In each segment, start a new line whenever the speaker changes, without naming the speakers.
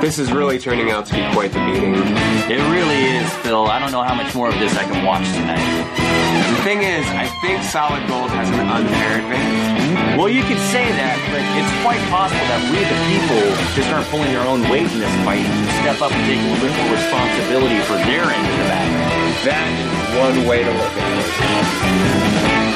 This is really turning out to be quite the meeting.
It really is, Phil. I don't know how much more of this I can watch tonight.
The thing is, I think solid gold has an unfair advantage.
Well, you could say that, but it's quite possible that we, the people, just aren't pulling our own weight in this fight and step up and take a little bit more responsibility for their end of the matter.
That is one way to look at it.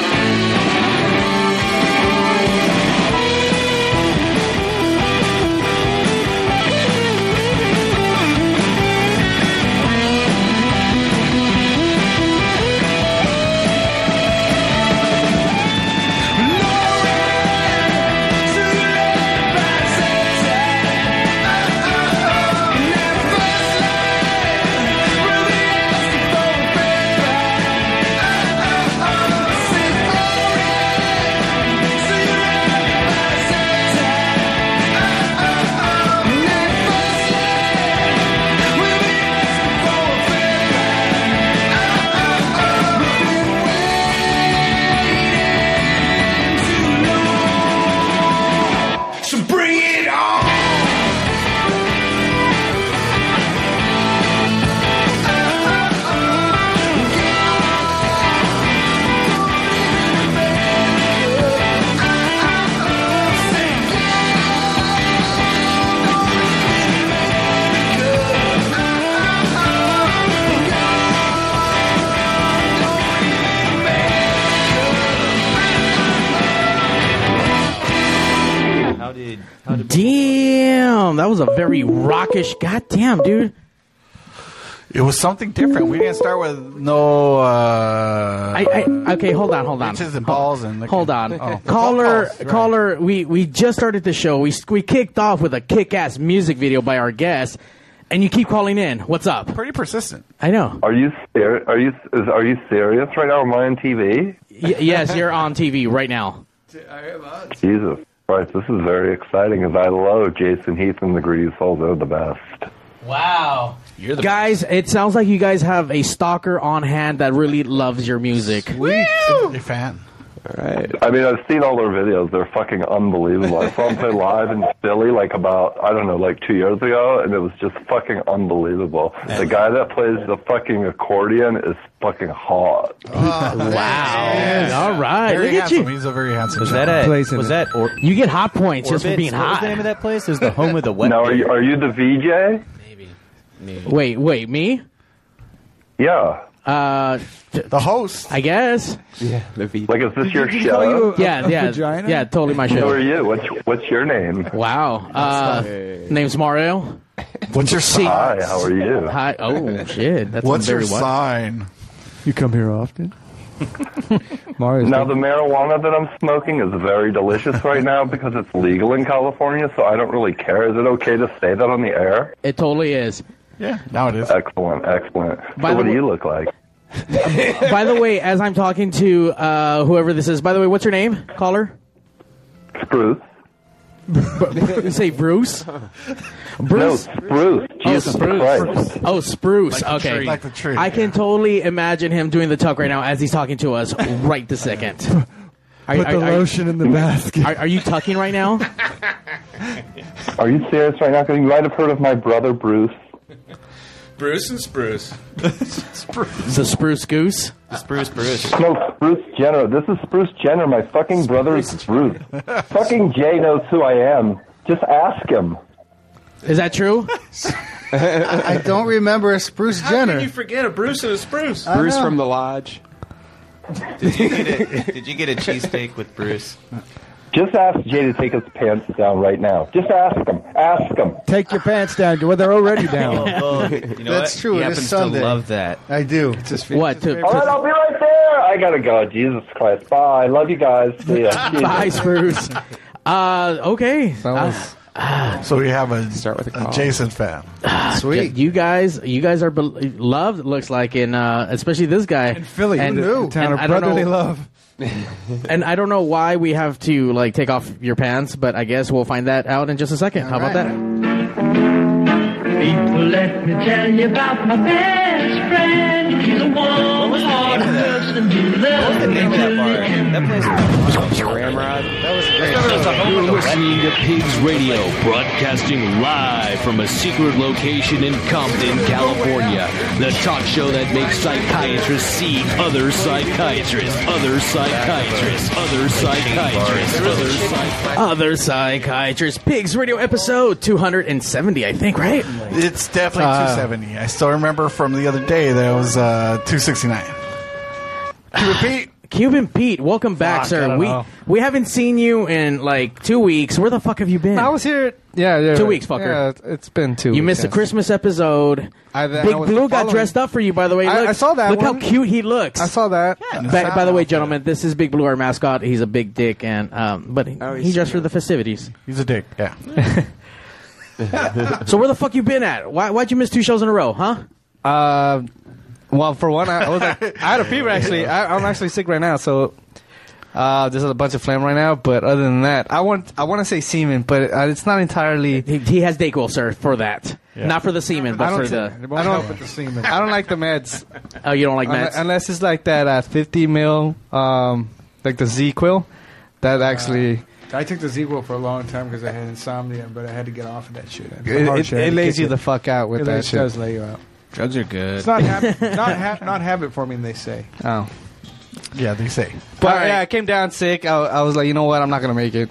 So bring it on!
How did how did
Damn, that was a very rockish. Goddamn, dude.
It was something different. We didn't start with no. Uh,
I, I okay. Hold on, hold on.
Bitches and balls and
Hold on,
Oh.
caller,
Balls, right.
caller. We we just started the show. We we kicked off with a kick-ass music video by our guest, and you keep calling in. What's up?
Pretty persistent.
I know.
Are you ser- are you is, are you serious right now? Am I on TV?
Y- yes, you're on TV right now.
Jesus Christ, this is very exciting. As I love Jason Heath and the Greedy Soul, they're the best.
Wow,
You're the
guys! It sounds like you guys have a stalker on hand that really loves your music.
You're fan.
I mean, I've seen all their videos. They're fucking unbelievable. I saw them play live in Philly like about I don't know, like two years ago, and it was just fucking unbelievable. The guy that plays the fucking accordion is fucking hot.
Wow! All right,
Uh, Very
look at
handsome.
you.
He's a very handsome.
was that at
Place in
was
it.
that or,
You get hot points just for
Orbitz?
being
What was the name of
hot.
that place? It was the home of the wet.
Now, are you are you the VJ?
Wait, wait, me?
Yeah.
Uh,
The host.
I guess.
Like, is this your
Did he call you
show?
a-
Yeah,
a
yeah,
vagina?
yeah. Totally my
Who
show.
are you? What's what's your name?
Wow. Uh, name's Mario.
What's your
See-
sign?
Hi, how are you?
Hi. Oh shit. That's
What's your
very wild.
sign?
You come here often. Mario's
Now, the marijuana that I'm smoking is very delicious right now because it's legal in California, so I don't really care. Is it okay to say that on the air?
It totally is.
Yeah, now it is.
Excellent, excellent.
By
so
the
what do
way-
you look like?
By the way, as I'm talking to uh, whoever this is, by the way, what's your name, caller?
Spruce?
You say Bruce.
No,
Bruce. Oh,
spruce. Jesus
spruce.
Christ.
Oh, Spruce.
Like the
okay.
tree. Like the tree,
I can totally imagine him doing the tuck right now as he's talking to us right this second. Are,
Put
are-
the
are-
lotion in the basket.
are- are you tucking right now?
Are you serious right now? 'Cause You might have heard of my brother Bruce.
Bruce and Spruce.
The Spruce Goose.
Spruce Bruce.
No, Spruce Jenner. This is Spruce Jenner. My fucking brother is Spruce. fucking Jay knows who I am. Just ask him.
Is that true?
I don't remember a Spruce Jenner.
How can you forget a Bruce and a Spruce?
Bruce from the lodge.
Did you get a cheesesteak with Bruce?
Just ask Jay to take his pants down right now. Just ask him. Ask him.
Take your pants down. Well, they're already down.
You know
That's
what?
true,
He
it is
happens
Sunday.
to love that.
I do.
what? To,
All right,
to-
I'll be right there. I gotta go. Jesus Christ. Bye. Love you guys. See ya.
Bye, Spruce. Uh, okay.
was-
So we have a,
Start with a
a
call.
Jason fan.
uh, Yeah,
Sweet.
you guys, you guys are bel loved. it Looks like in uh, especially this guy in
Philly,
And,
the
knew?
town
and
of
I don't
brotherly
know-
love.
and I don't know why we have to like take off your pants, but I guess we'll find that out in just a second. How about
right.
that?
Let me tell you about my best friend. He's a warm hearted person
What was the name of that bar? That place
Mm.
was awesome. Ramrod. That was great. That was the home of the
You're
West.
listening to Pigs Radio, broadcasting live from a secret location in Compton, California. The talk show that makes psychiatrists see other psychiatrists, other psychiatrists, other psychiatrists, other psychiatrists.
Other Psychiatrist Pigs Radio episode 270, I think, right?
It's definitely
Uh,
270. I still remember from the other day that it was uh, 269.
Cuban Pete. Cuban Pete, welcome back,
Fuck, I
sir.
don't
We
know.
we haven't seen you in like two weeks. Where the fuck have you been? I was
here. Yeah, yeah.
Two weeks, fucker.
Yeah, it's- it's been two.
you
weeks,
missed the
yes.
Christmas episode.
I- I
Big
was
Blue got
following-
dressed up for you, by the way.
I-
Look-
I saw that
Look
one.
how cute he looks. I
saw that.
by, by the way, gentlemen, this is Big Blue, our mascot. He's a big dick, and um, but he dressed for the festivities.
Oh, He's a dick. Yeah.
so where the fuck you been at? Why why'd you miss two shows in a row? Huh?
Uh, well, for one, I, I was like, I had a fever actually. I, I'm actually sick right now, so uh, there's a bunch of phlegm right now. But other than that, I want I want to say semen, but uh, it's not entirely.
He, he has Dayquil, sir, for that. Not for the semen, but
I don't
for the.
take- I don't, I don't like the meds.
Oh, you don't like
Unle-
meds?
unless it's like that uh, 50 mil, um, like the Z quill. That
Uh,
actually.
I took the Zequel for a long time because I had insomnia, but I had to get off of that shit. It's a
It,
hard
it-
shit. I
it
had to
lays
kick
you
it.
the fuck out with
It
that
lays-
shit.
does lay you out.
Drugs are good.
It's not hab- not hab- not habit forming. They say.
Oh.
Yeah, they say.
But yeah, I came down sick. I, I was like, you know what? I'm not gonna make it.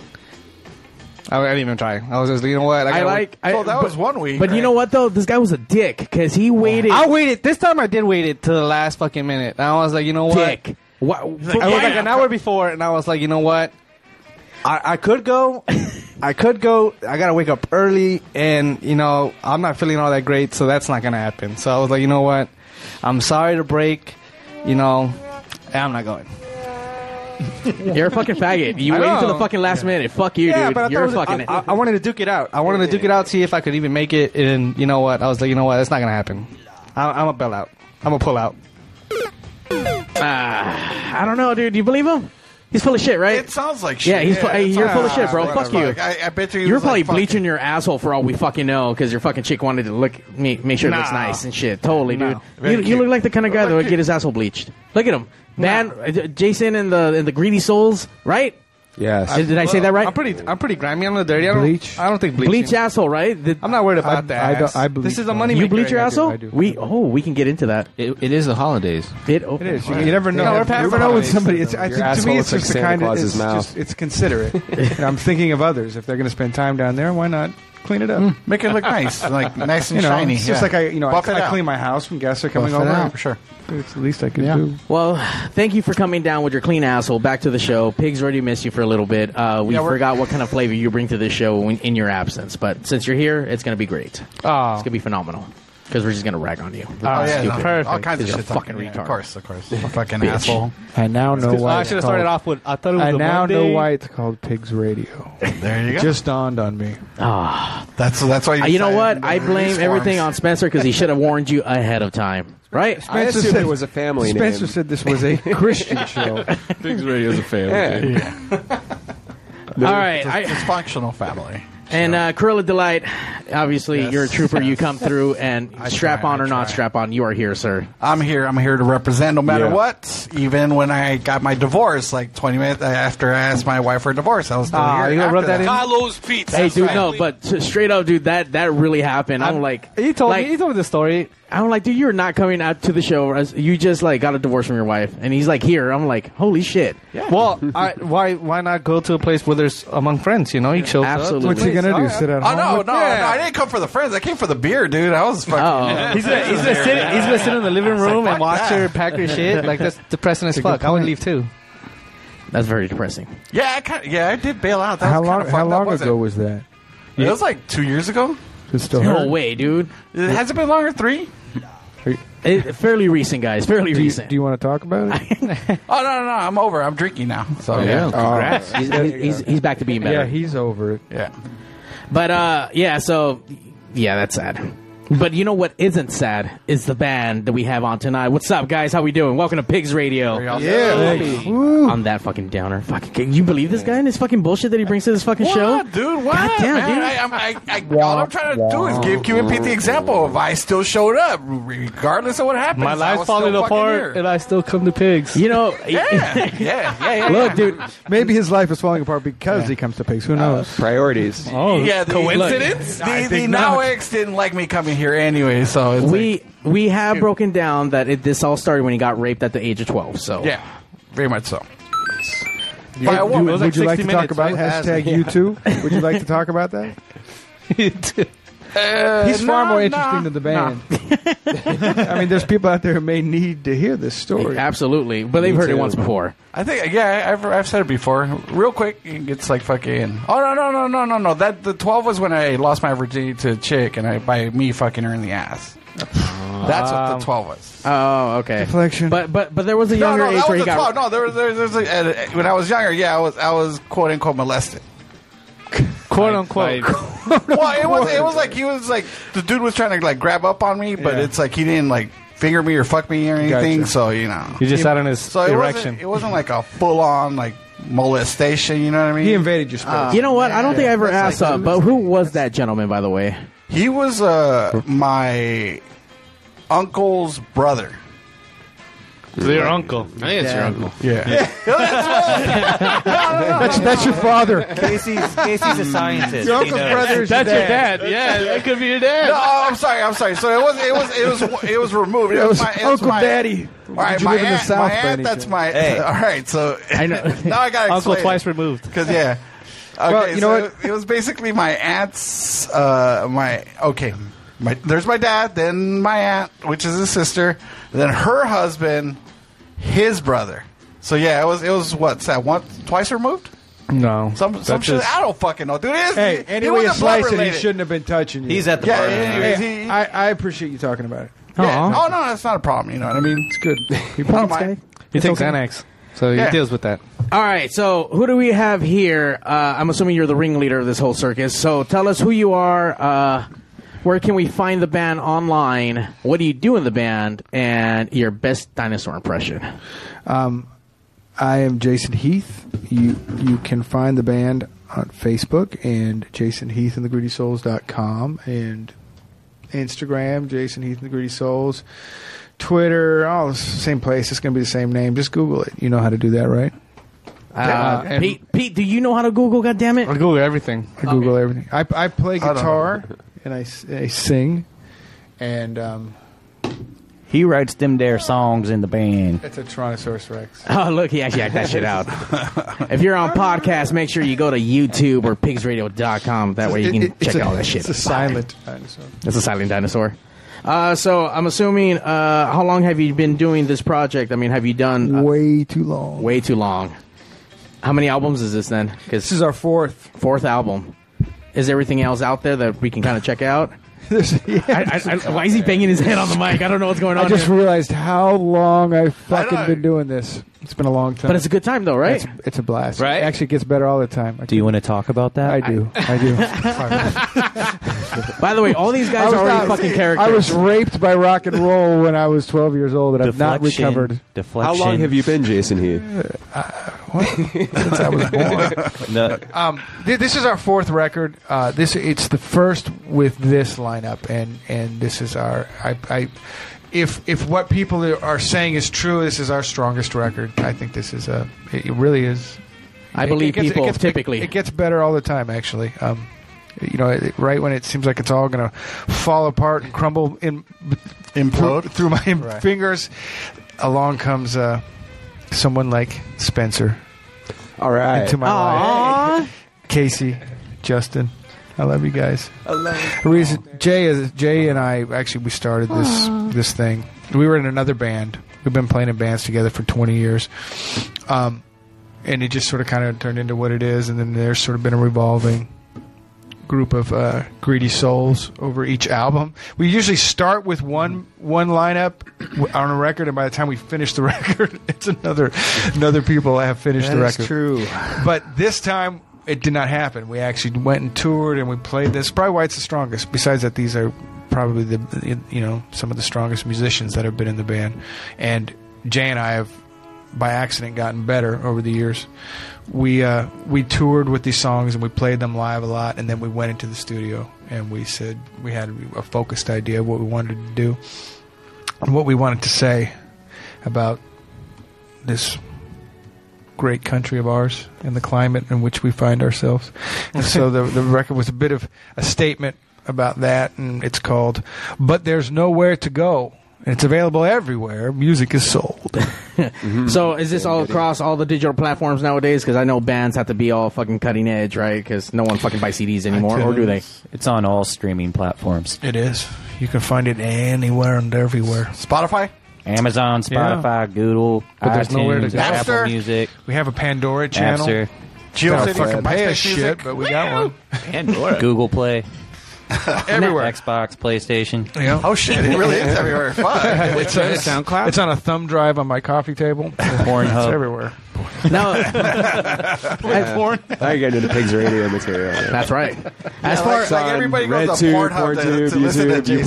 I, I didn't even try. I was just, you know what?
I,
gotta-
like. I, but- But you
right?
know what though? This guy was a dick because he waited.
I waited. This time I did wait it to the last fucking minute. And I was like, you know what?
Dick. I
was like an hour before, and I was like, you know what? I, I could go. I could go. I gotta wake up early, and you know I'm not feeling all that great, so that's not gonna happen. So I was like, you know what? I'm sorry to break. You know, I'm not going.
You're a fucking faggot. You
I
waited till
know.
the fucking last minute. Fuck you,
yeah,
dude.
but I
You're a
thought it was-
fucking.
I, I- I wanted to duke it out. I wanted to duke it out, see if I could even make it. And you know what? I was like, you know what? That's not gonna happen. I, I'm a bell out. I'm a pull out.
Ah, I don't know, dude. Do you believe him? He's full of shit, right? It
sounds like
Yeah,
shit.
he's
Yeah,
fu- hey,
it's
you're
all-
full of shit, bro.
Ah,
Fuck
whatever.
you.
I- I bet you he
you're
was
probably
like, fuck
bleaching your asshole for all we fucking know because your fucking chick wanted to look make, make sure it looks
Nah.
nice and shit. Totally,
No. Very
dude. You, you
cute.
look like the kind of guy that would get his asshole bleached. Look at him, man. uh, Jason and the and the greedy souls, right?
Yes.
Did, did I say that right?
I'm pretty. I'm pretty grimy. I'm not dirty. I don't.
Bleach?
I don't think bleach.
Bleach asshole, right? I'm
not worried about that. This is a money.
You bleach your asshole? We oh, we can get into that.
It, it is the holidays.
It, oh,
It is. You, you never know.
No, we're
you
past
never
the
know when
holidays.
somebody. It's, I
Your
think to
asshole
me, it's
looks like
just the
Santa
kind of.
Claus's
It's,
mouth.
just, it's considerate. and I'm thinking of others. If they're going to spend time down there, why not clean it up?
Hmm. Make it look nice, like nice and
you know,
shiny,
It's just
yeah.
like I, you know,
Buff
I,
it
I
out.
clean my house when guests are coming
Buff it
over.
out, sure.
It's the least I can do.
Well, thank you for coming down with your clean asshole. Back to the show. Pigs already missed you for a little bit. Uh, we
Yeah, we're-
forgot what kind of flavor you bring to this show when, in your absence, but since you're here, it's going to be great.
Oh.
It's going to be phenomenal because we're just going to rag on you.
Oh, yeah, no,
Stupid.
all kinds of
You're a
shit.
fucking
Yeah,
retard.
Of course, of course. fucking
Bitch.
asshole.
I now
know why I should have started off with. I thought it was
I
a
now
Monday.
know why it's called Pigs Radio.
There you go.
Just dawned on me.
Ah,
that's that's why
Uh, you know what? I blame everything on Spencer because he should have warned you ahead of time, right?
I Spencer assumed said- it was a
family
Spencer said this was a Christian show.
Pigs Radio is a
Yeah.
family.
All right, I-
dysfunctional family.
And uh, Corilla Delight, obviously you're a trooper. You come through and strap on or not strap on, you are here, sir.
I'm here. I'm here to represent no matter
Yeah.
what. Even when I got my divorce, like 20 minutes after I asked my wife for a divorce, I was still
Aw,
here.
Ah, you gonna
after
rub that in?
Carlos Pizza.
Hey, dude, no, but s- straight up, dude, that that really happened. I'm, like,
he told
like,
me. He told me the story.
I'm like, dude, you're not coming out to the show. as- You just like got a divorce from your wife, and he's like, here. I'm like, holy shit.
Well, I, why why not go to a place where there's among friends? You know, you chill.
Absolutely. What's he gonna do, sit at
Oh no, no, no! I didn't come for the friends. I came for the beer, dude. I was fucking.
He's gonna, he's gonna sit. He's gonna sit in the living room and watch her pack her shit. Like that's depressing as
It's a good
fuck. I would leave too.
That's very depressing.
Yeah, I kind yeah, I did bail out. That
how
was
long?
Kind of
How long ago was that?
It was like two years ago.
It's still
No
hurt?
way, dude.
It hasn't been longer. Three.
It, fairly recent, guys. Fairly
Do you-
recent.
Do you want to talk about it?
Oh no, no, no! I'm over. I'm drinking now. So Oh.
yeah.
Congrats. he's, he's, he's back to being better.
Yeah, he's over it.
Yeah.
But uh, yeah, so yeah, that's sad. But you know what isn't sad is the band that we have on tonight. What's up, guys? How we doing? Welcome to Pigs Radio.
Yeah.
Hey. I'm that fucking downer. Fucking, can you believe this guy and his fucking bullshit that he brings to this fucking
What,
show?
dude? What,
Goddamn,
man?
dude.
I, I'm- I, I, all I'm trying to do is give Q and Pete the example of I still showed up regardless of what happened.
My life's falling apart, and I still come to pigs.
You know,
Yeah, yeah, yeah, yeah.
Look, dude, maybe his life is falling apart because he comes to pigs. Who knows? priorities. Oh,
yeah, the,
Look, I
The, the
think
now
not.
ex didn't like me coming here anyway, so it's
we
like,
we have broken down that it, this all started when he got raped at the age of 12. So
yeah, very much so.
You-
By a woman.
would you like, to talk about hashtag you too? Would you like to talk about that?
Uh,
He's far
nah,
more
nah,
interesting than the band. I mean, there's people out there who may need to hear this story.
Absolutely, but they've
Me
heard it
too.
once before.
I think yeah, I've, I've said it before. Real quick, it's like fucking. Oh no no no no no no. That the twelve was when I lost my virginity to a chick, and I by me fucking her in the ass. That's what
Um,
the twelve was.
Oh, okay. Deflection. But but but there was a
No,
younger
no,
age
that
where
was
he
the
got.
twelve. No, there was there, there's like, uh, when I was younger. Yeah, I was I was quote unquote molested.
Quote unquote.
well, it was it was like he was like the dude was trying to like grab up on me, but
Yeah.
it's like he didn't like finger me or fuck me or anything.
Gotcha.
So you know,
He just had on his
so it
erection.
Wasn't, it wasn't like a full on like molestation. You know what I mean? He invaded your
Uh,
space.
you know what? I don't think I ever asked up. But who was that gentleman, by the way?
He was uh my uncle's brother.
Your uncle.
I think it's your uncle.
Yeah.
That's that's your father.
Casey's Casey's a scientist.
Your uncle's brother is your That's your dad.
your dad. Yeah, that could be your dad.
No, oh, I'm sorry. I'm sorry. So it was. It was. It was. It was removed.
It was
my- it
Uncle
my-
Daddy.
All right,
Did you
my
live in the
aunt.
South
My
by
aunt.
any
That's
chance?
my.
Hey.
All right. So I know. now I got
Uncle twice removed.
because yeah. Okay,
Well, you know
so It was basically my aunt's. Uh, my okay. My, there's my dad, then my aunt, which is his sister, then her husband, his brother. So yeah, it was it was what's that one twice removed?
No,
Some some
That's
shit.
just-
I don't fucking know, dude. It is,
Hey,
it
anyway,
wasn't
it's slice
blood
it. He
related.
shouldn't have been touching you.
He's at the Yeah, party yeah, anyway. yeah,
Hey,
he-
I, I appreciate you talking about it. Uh-huh.
Yeah. Oh no, that's not a problem. You know what I mean? It's
good. You
I don't mind.
He
It's
takes
okay.
Xanax, so
Yeah.
he deals with that.
All right, so who do we have here? Uh, I'm assuming you're the ringleader of this whole circus. So tell us who you are. Uh, where can we find the band online? What do you do in the band? And your best dinosaur impression.
Um, I am Jason Heath. You you can find the band on Facebook and Jason Heath and the Greedy Souls.com and Instagram, Jason Heath and the Greedy Souls, Twitter, all the same place. It's going to be the same name. Just Google it. You know how to do that, right?
Uh, Pete, Pete, do you know how to Google? God damn it! I
Google everything.
I Google everything. I, I play
I don't
guitar and I, s- I sing, and um,
He writes them their songs in the band.
it's a Tyrannosaurus Rex.
Oh, look, he actually hacked that shit out. if you're on podcast, make sure you go to YouTube or pigsradio.com. That way you can
It- it- it's
check
a-
all that shit.
It's a silent dinosaur.
That's a silent dinosaur. Uh, so I'm assuming, uh, how long have you been doing this project? I mean, have you done uh,
way too long?
Way too long. How many albums is this then? Because this
is our fourth
fourth album. Is everything else out there that we can kind of check out? I, I, I, why is he banging his head on the mic? I don't know what's going on.
I just
here.
realized how long I've fucking been doing this. It's been a long time.
But it's a good time, though, right?
It's, it's a blast. Right? It actually gets better all the time. I
Do you want to talk about that?
I do. I do.
By the way, all these
I
guys
was
are already
not-
fucking characters.
I was raped by rock and roll when I was 12 years old, and I've not
Deflection.
recovered.
Deflection.
How long have you been, Jason Heath?
Uh,
Since I was born.
No.
um, th- this is our fourth record. Uh, this it's the first with this lineup, and and this is our I. I if, if what people are saying is true, this is our strongest record. I think this is a. It really is.
I believe people
big-
typically.
It, gets better all the time, actually. Um, you know, it, right when it seems like it's all going to fall apart and crumble in
Implode?
through, through my
Right.
fingers, along comes uh, someone like Spencer.
All right,
into my
Oh,
Aw.
life. Casey, Justin, I love you guys.
I love
The reason Jay is Jay and I actually we started this
Aw.
this thing. We were in another band. We've been playing in bands together for 20 years. Um, and it just sort of kind of turned into what it is and then there's sort of been a revolving group of uh, greedy souls over each album. We usually start with one one lineup w- on a record and by the time we finish the record it's another another people have finished the
That is
record.
true.
But this time it did not happen. We actually went and toured and we played this. Probably why it's the strongest. Besides that, these are probably the you know some of the strongest musicians that have been in the band, and Jay and I have by accident gotten better over the years. We uh, we toured with these songs and we played them live a lot, and then we went into the studio and we said we had a focused idea of what we wanted to do and what we wanted to say about this great country of ours and the climate in which we find ourselves. And so the the record was a bit of a statement about that, and it's called "But There's Nowhere to Go." And it's available everywhere. Music is sold. Mm-hmm.
So is this all across all the digital platforms nowadays? Because I know bands have to be all fucking cutting edge, right? Because no one fucking buys CDs anymore, or do they?
It's on all streaming platforms.
It is. You can find it anywhere and everywhere.
Spotify.
Amazon,
Yeah.
Spotify, Google,
But there's
iTunes,
nowhere to go.
Apple
Napster.
Music.
We have a Pandora channel.
Napster.
Don't fucking pay us shit, but we got one.
Pandora. Google Play.
Everywhere.
Xbox, PlayStation.
Yeah.
Oh shit! It really is everywhere. Fuck.
it's, on- it's, SoundCloud. It's on a thumb drive on my coffee table. It's
Pornhub.
everywhere.
Yeah. I get into pigs radio material.
That's right.
As
Yeah,
far
like,
as-
like
on
everybody goes on
RedTube,
Pornhub to, to
PornTube,
listen to
YouTube,
Jason.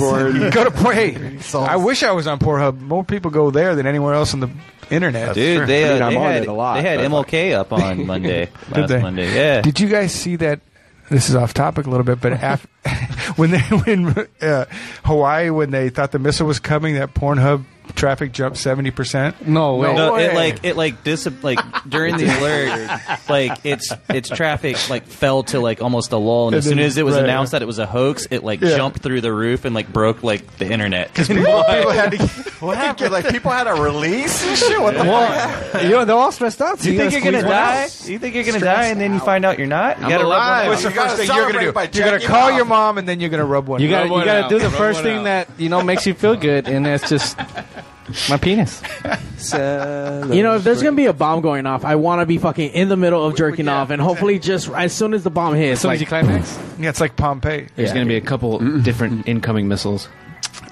YouPorn.
go to Pornhub. I wish I was on Pornhub. More people go there than anywhere else on the internet.
Dude, they, uh, they had, they had MLK up on Monday.
Did
last
they?
Monday. Yeah.
Did you guys see that? This is off topic a little bit, but af- when they when uh, Hawaii when they thought the missile was coming, that Pornhub traffic jumped seventy percent.
No
way.
No, it like it like dis like during the alert, like its its traffic like fell to like almost a lull, and,
And
as soon
then-
as it was
right,
announced
right.
that it was a hoax, it like
Yeah.
jumped through the roof and like broke like the internet.
People, people had to, what happened? Like people had a release and shit. What the fuck?
you know, they're all stressed out.
Do you think you're gonna die? Do you think you're gonna die, and then you find out you're not? You
I'm
gotta rub one
alive.
out.
What's the
You
first
gotta
thing you're
celebrate
gonna
by
do? You're gonna
checking
call
out.
your mom and then you're gonna rub one.
You
out.
gotta, you gotta do the first thing that you know makes you feel good, and that's just my penis.
You know, if there's gonna be a bomb going off, I want to be fucking in the middle of jerking off, and hopefully, just as soon as the bomb hits,
soon as
like,
you climax. Yeah, it's like Pompeii.
There's going to be a couple different incoming missiles.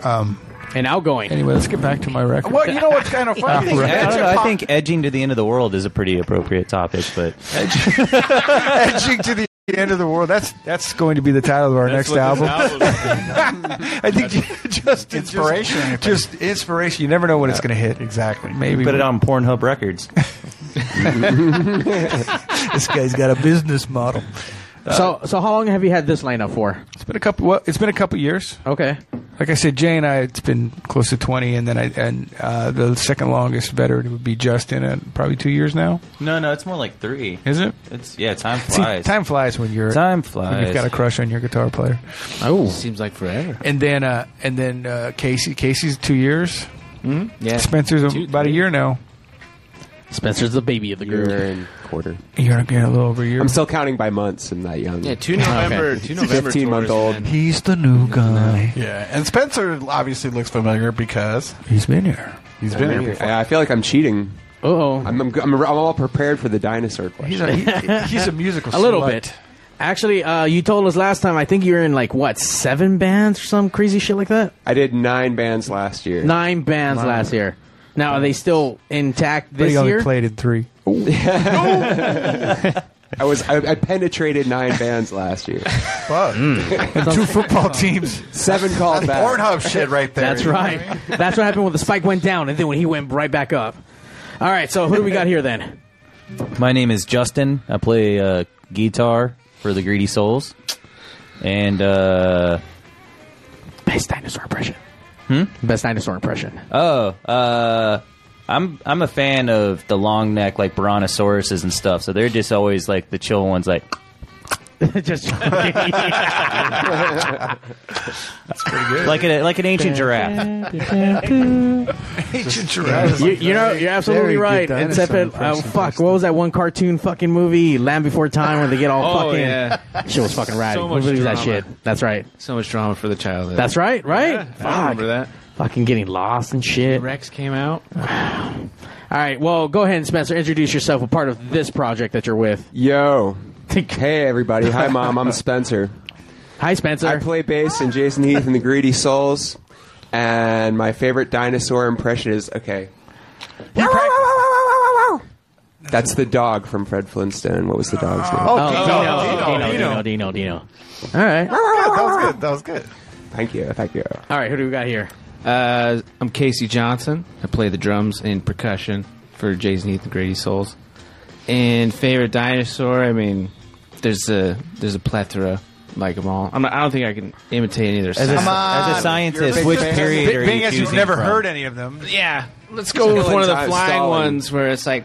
Um,
and outgoing.
Anyway, let's get back to my record.
Well, you know what's kind of
I
funny?
think, I, don't know,
Edging-
I think edging to the end of the world is a pretty appropriate topic, but
Edging to the end of the world. That's that's going to be the title of our next album. I think just
Inspiration, I think.
Just, just inspiration. You never know when it's going to hit. Exactly. Maybe
put it on Pornhub Records.
this guy's got a business model.
so, so how long have you had this lineup for?
It's been a couple. Well, it's been a couple years.
Okay.
Like I said, Jay and I. It's been close to twenty, and then I and uh, the second longest veteran would be Justin at probably two years now.
No, no, it's more like three.
Is it?
It's yeah. Time
See,
flies.
time flies when you're
Time
When
flies.
you've got a crush on your guitar player.
Oh,
seems like forever.
And then uh, and then uh, Casey. Casey's two years. Hmm?
Mhm. Yeah.
Spencer's
Two-
about a year now.
Spencer's the baby of the group.
quarter.
You're getting a little over a year.
I'm still counting by months. I'm that young.
Yeah, two November- two November
15 month old.
He's the new guy.
Yeah, and Spencer obviously looks familiar because
He's been here.
he's been here before.
I, I feel like I'm cheating.
Oh,
I'm, I'm, I'm, I'm all prepared for the dinosaur question.
He's a, he- he's a musical.
a little
slut.
bit. Actually, uh, you told us last time. I think you're in like what seven bands or some crazy shit like that.
I did nine bands last year.
Nine bands last year. Now are they still intact
But
this
he only
year?
played in three.
I was I, I penetrated nine bands last year.
Fuck.
Mm.
Two football teams.
Seven called back.
That's Pornhub shit right there.
That's right. That's what happened when the spike went down, and then when he went right back up. All right, so who do we got here then?
My name is Justin. I play uh, guitar for the Greedy Souls, and uh,
Best dinosaur impression.
Hmm?
Best dinosaur impression.
oh, uh, I'm I'm a fan of the long neck like brontosauruses and stuff. So they're just always like the chill ones, like
Just
Pretty good.
like an like an ancient giraffe.
Ancient giraffe.
you, you know, you're absolutely
Very good
right.
dinosaur
Except that, oh
impression,
fuck, what was that one cartoon fucking movie, Land Before Time, where they get all
Oh,
fucking
yeah.
shit was fucking rad.
So
Who
much
believes that
drama.
shit? That's right.
So much drama for the childhood.
That's right. Right.
I
Fuck.
remember that.
Fucking getting lost and shit.
Rex came out.
All right. Well, go ahead and Spencer, introduce yourself. A part of this project that you're with.
Yo. Hey, everybody. Hi, Mom. I'm Spencer.
Hi, Spencer.
I play bass in Jason Heath and the Greedy Souls. And my favorite dinosaur impression is okay. That's the dog from Fred Flintstone. What was the dog's name?
Oh, Dino, Dino, Dino, Dino, Dino. All right.
Yeah, that was good. That was good.
Thank you. Thank you.
All right, who do we got here?
Uh, I'm Casey Johnson. I play the drums and percussion for Jason Heath and Grady Souls. And favorite dinosaur, I mean, there's a there's a plethora like them all. I'm not, I don't think I can imitate any of their
As a-
sounds.
Come on, as a scientist, you're a big which fan. period
Be-
are
being
you
as you've
choosing
never
from?
heard any of them.
Yeah, let's go with one of the flying ones where it's like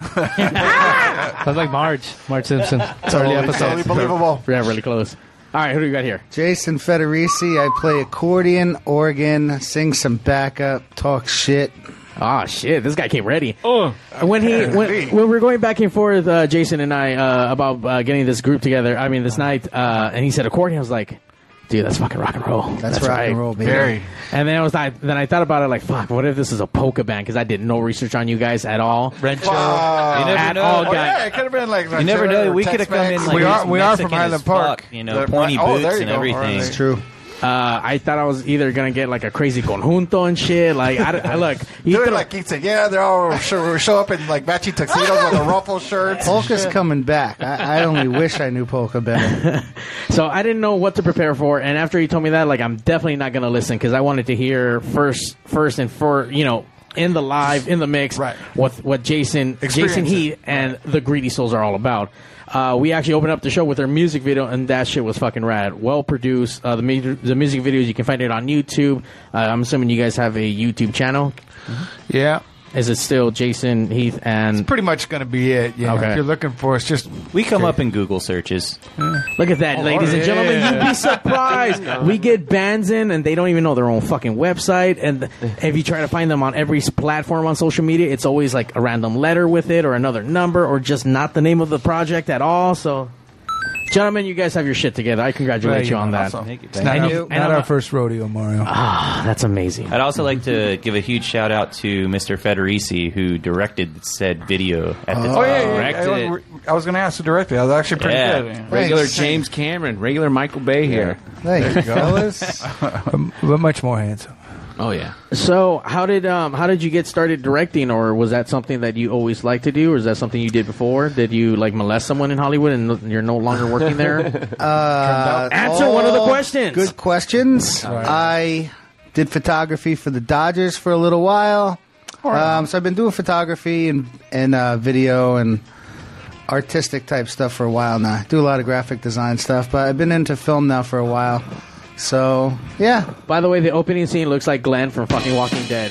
Sounds like Marge, Marge Simpson.
Totally- totally believable.
Yeah, really close. All right, who do we got here?
Jason Federici. I play accordion, organ, sing some backup, talk shit.
Ah, shit. This guy came ready.
Oh,
when he when, when we were going back and forth, uh, Jason and I uh, about uh, getting this group together. I mean, this night, uh, and he said accordion. I was like, dude, that's fucking rock and roll.
That's rock and roll, baby. Very.
And then I was like, then I thought about it, like, fuck, what if this is a polka band? Because I did no research on you guys at all.
Red
Wow.
at all,
Oh,
guys.
yeah, it could have been like
You never
Ranchero
know,
or
we coulda
Tex-Mex.
come in like We are- we are from Mexican Highland as Park. fuck, you know,
They're
pointy
not- oh,
boots
there you
and
go.
everything.
Alright.
It's true. Uh, I thought I was either gonna get like a crazy conjunto and shit. Like I, I look, you
They're
throw-
like he said, yeah, they're all show, show up in like matchy tuxedos with the ruffle shirts. and
Polka's
shit.
coming back. I, I only wish I knew polka better.
So I didn't know what to prepare for, and after he told me that, like I'm definitely not gonna listen because I wanted to hear first, first and for you know in the live in the mix right. what what Jason
Experience
Jason
it.
Heat and the Greedy Souls are all about. Uh, we actually opened up the show with their music video, and that shit was fucking rad. Well produced. Uh, the mu- the music videos you can find it on YouTube. Uh, I'm assuming you guys have a YouTube channel.
Yeah.
Is it still Jason Heath and?
Pretty much going to be it. Yeah.
Okay.
If you're looking for us, just
we come up in Google searches.
Hmm. Look at that,
Oh,
ladies and
yeah.
gentlemen. You'd be surprised. we get bands in, and they don't even know their own fucking website. And if you try to find them on every s- platform on social media, it's always like a random letter with it, or another number, or just not the name of the project at all. So, gentlemen, you guys have your shit together. I congratulate you, on
It's
that.
not,
And
our,
you- and
not
I'm
our first rodeo, Mario.
Ah, that's amazing.
I'd also like to give a huge shout out to Mr. Federici who directed said video at the time.
Oh, yeah, yeah, yeah.
Directed
I, was- I was going to ask you directly. That was actually pretty
Yeah.
good.
regular James Cameron, regular Michael Bay here.
Thank you, fellas.
but much more handsome.
Oh yeah.
So, how did um how did you get started directing, or was that something that you always liked to do, or is that something you did before? Did you like molest someone in Hollywood and no- you're no longer working there?
Uh,
Answer one of the
all
questions.
Good questions. I did photography for the Dodgers for a little while. Um, so I've been doing photography and and uh, video and artistic type stuff for a while now. I do a lot of graphic design stuff, but I've been into film now for a while. So yeah,
By the way, the opening scene looks like Glenn from fucking Walking Dead.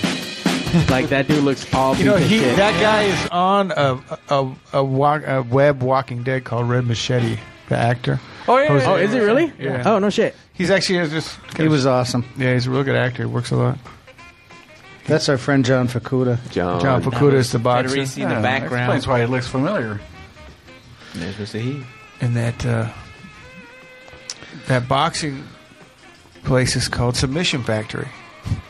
like that dude looks all
You know,
beat to
he
shit.
that guy is on a a, a, walk, a web Walking Dead called Red Machete, the actor.
Oh yeah.
Jose
oh, is he
Machete.
really?
Yeah.
Oh no shit.
He's actually just.
he was awesome.
Yeah, he's a real good actor. He works a lot.
That's our friend John Facuda.
John.
John Fukuda is the boxer.
Federici in the background.
That's why it looks familiar.
There's Mr. Heath.
and that uh, that boxing place is called Submission Factory.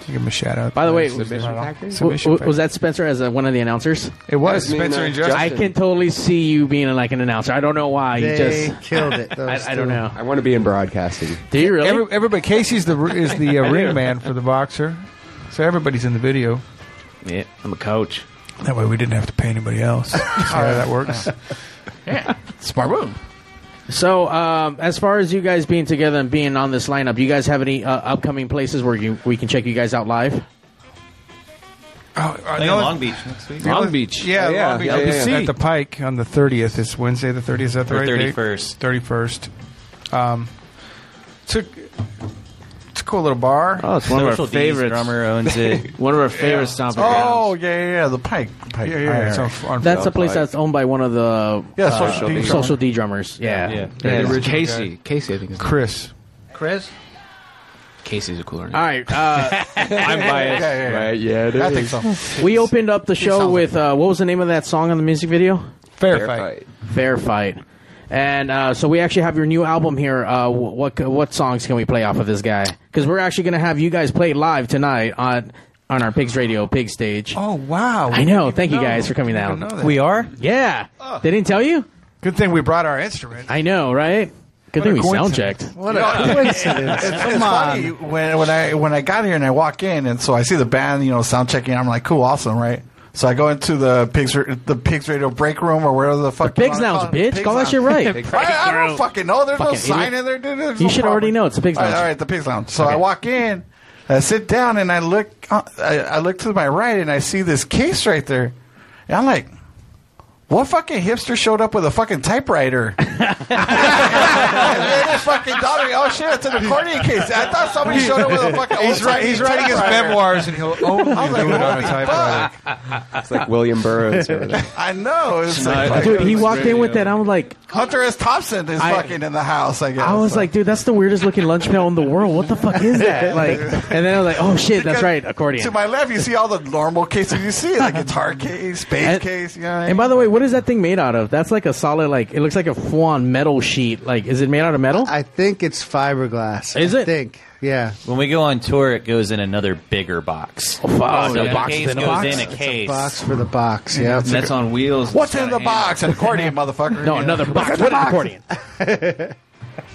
Give him a shout out.
By the way,
Submission
was,
Factory?
w-
Submission
w- was
Factory.
that Spencer as uh one of the announcers?
It was That's me Spencer and and, uh, Justin.
I can totally see you being like an announcer. I don't know why.
They
you just
killed it, those
I, I don't
two.
know.
I want to be in broadcasting.
Do you really?
Every, everybody, Casey's the r- is the
I
uh,
do.
ring man for the boxer, so everybody's in the video.
Yeah, I'm a coach.
That way, we didn't have to pay anybody else. That's how that works.
Smart move.
So, um, as far as you guys being together and being on this lineup, you guys have any uh, upcoming places where you, we can check you guys out live?
Uh,
Playing
the
in
only-
Long Beach next week.
the only-
Oh,
Yeah, Long Beach.
LBC.
At the Pike on the 30th. It's Wednesday the 30th. Is that the
Or
right
31st.
31st. Um, it's, a, it's a cool little bar.
Oh, it's one of
Social
our
D's
favorites.
drummer owns it.
one of our favorite stomping grounds.
Oh, yeah, yeah, yeah. The Pike. Pike.
Yeah, yeah, it's on- on-
That's a place that's owned by one of the uh,
Yeah, Social D
social D drummers. Yeah,
uh, Yeah,
There it is.
Casey. Casey, I think is
Chris.
Chris.
Casey's a cooler.
All right. Uh,
I'm biased.
Yeah, yeah,
Right, yeah, it
I think
is.
so.
we opened up the show with uh, what was the name of that song on the music video?
Fair,
Fair
fight.
fight.
Fair Fight. And uh, so we actually have your new album here. Uh, wh- what what songs can we play off of this guy? Because we're actually going to have you guys play live tonight on on our Pigs Radio Pig Stage.
Oh, wow.
I know. Thank you guys for coming down.
We are?
Yeah, they didn't tell you.
Good thing we brought our instrument.
I know, right? Good
What a
thing we sound
coincidence.
checked.
What a coincidence!
It's,
Come on.
it's funny when when I when I got here and I walk in and so I see the band you know sound checking I'm like cool awesome right So I go into the pigs the pigs radio break room or wherever the fuck.
The
you
Pigs
wanna
Lounge,
call it.
bitch. Call that
Lounge.
shit right. Pigs
I, I
Break
don't
Room.
fucking know. There's
Fucking
no sign
idiot.
in there, dude. There's
You
no
should
problem.
already know. It's a Pigs
All right,
Lounge.
all right, the pigs lounge. So I walk in, I sit down, and I look. uh, I, I look to my right, and I see this case right there, and I'm like, "What fucking hipster showed up with a fucking typewriter?" and then his fucking daughter. Oh shit, it's an accordion case. I thought somebody showed up with a fucking.
He's
old
write- he's writing his
typewriter.
memoirs, and he'll only
I was like,
do it on a
"Holy
typewriter."
fuck."
It's like William Burroughs. Or whatever.
I know. It's like,
Schneider.
Dude, he walked in with that. I'm like,
Hunter S. Thompson is
I-
fucking in the house. I guess.
I was like, dude, that's the weirdest looking lunch pail in the world. What the fuck is that? Like, and then I was like, oh shit, that's
Because
right, accordion.
To my left, you see all the normal cases. You see like guitar case, bass
And-
case. You know what I
And by the way, what is that thing made out of? That's like a solid, like it looks like a full-on metal sheet. Like, is it made out of metal?
I think it's fiberglass.
Is
I
it?
think. Yeah.
When we go on tour, it goes in another bigger box. Oh,
wow,
so
yeah.
the
Box
case
within a
goes
box?
in a
It's a
case.
Box for the box. Yeah.
That's on wheels.
What's in the box? An accordion, motherfucker.
No, another box with an accordion.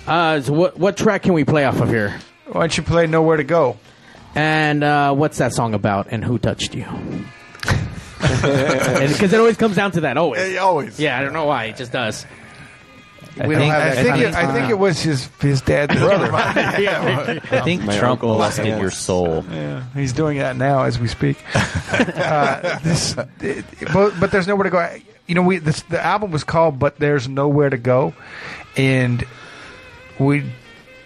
uh, so what what track can we play off of here?
Why don't you play "Nowhere to Go"?
And uh, what's that song about? And who touched you? Because it always comes down to that. Always.
It always.
Yeah, I don't know why. It just does.
I think, I think, it, I think it was his his dad's brother.
I think
My
Trump
uncle,
lost in
yes.
your soul.
Yeah, he's doing that now as we speak. uh, this, it- but, but there's nowhere to go. You know, we this, the album was called "But There's Nowhere to Go," and we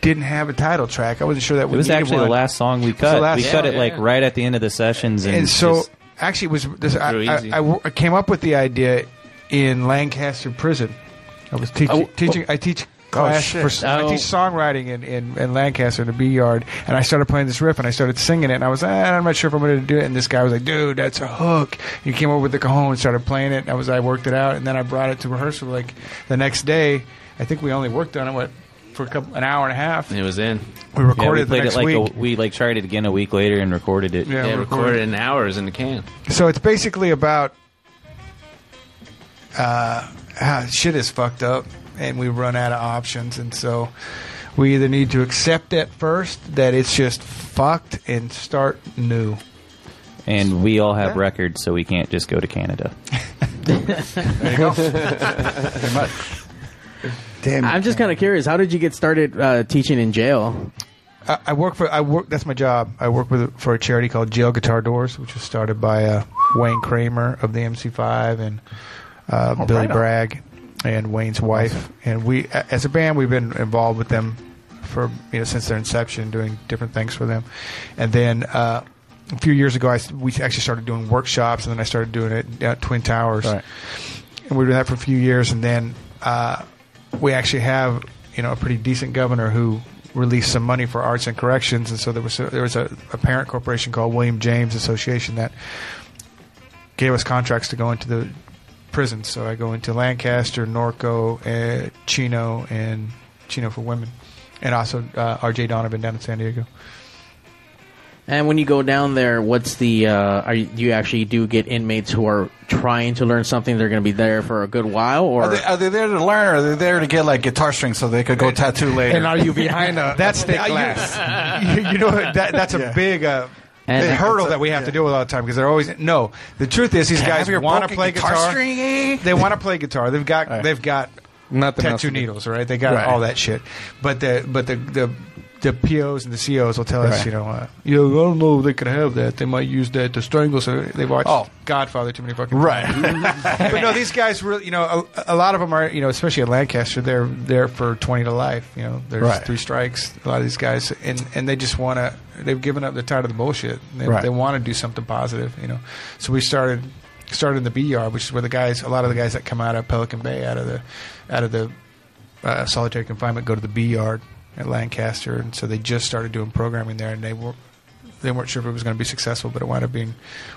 didn't have a title track. I wasn't sure that
It
we
was
needed
actually
one.
the last song we
It was the
cut.
last
we cut
song,
it like
yeah.
right at the end of the sessions, and,
and so
just-
actually it was this I,
Real easy.
I, I- I came up with the idea in lancaster prison i was teaching
Oh,
teaching i teach class
shit.
for, i
Oh.
teach songwriting in, in, in lancaster in the b yard and i started playing this riff and i started singing it and i was ah, i'm not sure if i'm going to do it and this guy was like dude that's a hook you came over with the cajon and started playing it and i was i worked it out and then i brought it to rehearsal like the next day i think we only worked on it what for a couple, an hour and a half
It was in.
we recorded the
played
next
it like
week
A, we like tried it again a week later and recorded it.
Yeah, Yeah, recorded. recorded
in hours in the can.
So it's basically about uh, ah, shit is fucked up, and we run out of options, and so we either need to accept at first that it's just fucked and start new.
And we all have
Yeah.
records, so we can't just go to Canada.
There you go.
Pretty much.
Damn.
I'm just kind of curious. How did you get started uh, teaching in jail?
I, I work for I work. That's my job. I work with for a charity called Jail Guitar Doors, which was started by uh, Wayne Kramer of the MC5 and uh,
Oh,
Billy
right on.
Bragg and Wayne's wife. And we, a- as a band, we've been involved with them for you know since their inception, doing different things for them. And then uh, a few years ago, I s we actually started doing workshops, and then I started doing it at Twin Towers. And we did that for a few years, and then uh, we actually have you know a pretty decent governor who released some money for arts and corrections, and so there was a, there was a, a parent corporation called William James Association that gave us contracts to go into the prisons. So I go into Lancaster, Norco, uh, Chino, and Chino for women, and also uh, R.J. Donovan down in San Diego.
And when you go down there, what's the? Uh, are you, do you actually do get inmates who are trying to learn something? They're going to be there for a good while, or
Are they, are they there to learn, or are they there to get like guitar strings so they could go tattoo later?
And are you behind a- That's the
Are you-
glass. you, you know that, that's a
Yeah.
big uh,
And-
big hurdle
It's a-
that we have to deal with all the time because they're always no. The truth is, these
Can I
guys
have your
want to
broken
play
guitar
guitar.
string, eh?
They want to play guitar. They've got they've got
Nothing else
tattoo
to do.
needles, right? They got
Right.
all that shit. But the but the the the POs and the COs will tell us,
Right.
you know, uh, you know, I don't know if they could have that. They might use that to strangle. So they've watched
Oh.
Godfather too many fucking
Right.
but no, these guys really, you know, uh, a, a lot of them are, you know, especially at Lancaster, they're there for twenty to life. You know, there's
Right.
three strikes. A lot of these guys, and and they just want to. They've given up. They're tired of the bullshit. They,
Right.
they want to do something positive. You know, so we started started in the B yard, which is where the guys, a lot of the guys that come out of Pelican Bay, out of the out of the uh, solitary confinement, go to the B yard at Lancaster, and so they just started doing programming there, and they were. They weren't sure if it was going to be successful, but it wound up being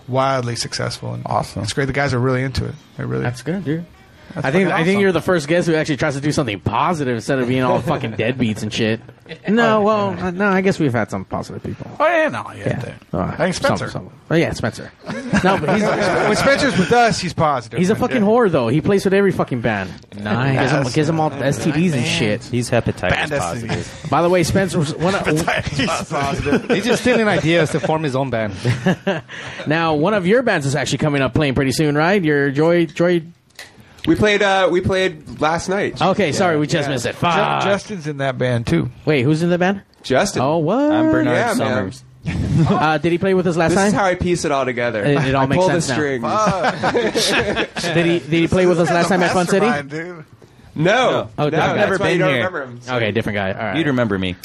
wildly successful and awesome. It's great. The guys are really into it. They really
that's good, dude. I think
fucking
I think
awesome.
you're the first guest who actually tries to do something positive instead of being all fucking deadbeats and shit. No, well, uh, no. I guess we've had some positive people.
Oh yeah, no, yeah.
Uh,
I think
some-
Spencer.
some- Oh yeah, Spencer. No, but he's,
when Spencer's with us, he's positive.
He's a fucking whore though. He plays with every fucking band.
Nice.
Gives him, gives him all STDs and shit.
He's hepatitis
Bad STDs.
positive.
By the way, Spencer was one of,
He's just stealing ideas to form his own band.
now one of your bands is actually coming up playing pretty soon, right? Your Joy Joy.
We played. Uh, we played last night.
Okay, sorry, we just missed it.
Ju-
Fuck.
Justin's in that band too.
Wait, who's in the band?
Justin.
Oh, what?
I'm Bernard Yeah, man. Summers.
uh, did he play with us last
this
time?
is how I piece it all together.
It- it all
I
makes
pull
sense
the
now.
strings.
did he did he play with us last time at Fun City?
dude.
No,
Oh,
no,
different guy.
that's why you don't remember him.
Okay, different guy. All right.
You'd remember me.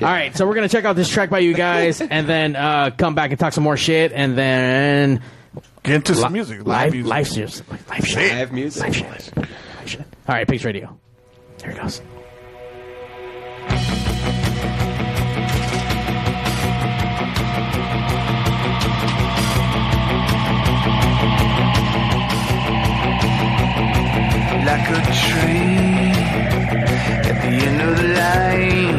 All right, so we're gonna check out this track by you guys, and then uh, come back and talk some more shit, and then
get into
some music, live
live,
music.
live, shit, live shit,
Live music.
live shit, live shit. All right, Pigs Radio. Here it goes.
like a tree at the end of the line,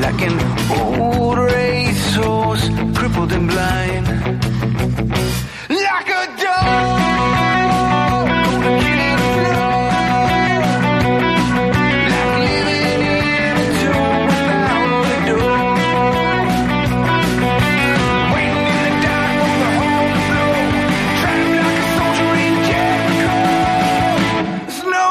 like an old racehorse, crippled and blind, like a dog. can't flow, like living in a tomb without a door, waiting in the dark for the home to blow, trapped like a soldier in Jericho. Snow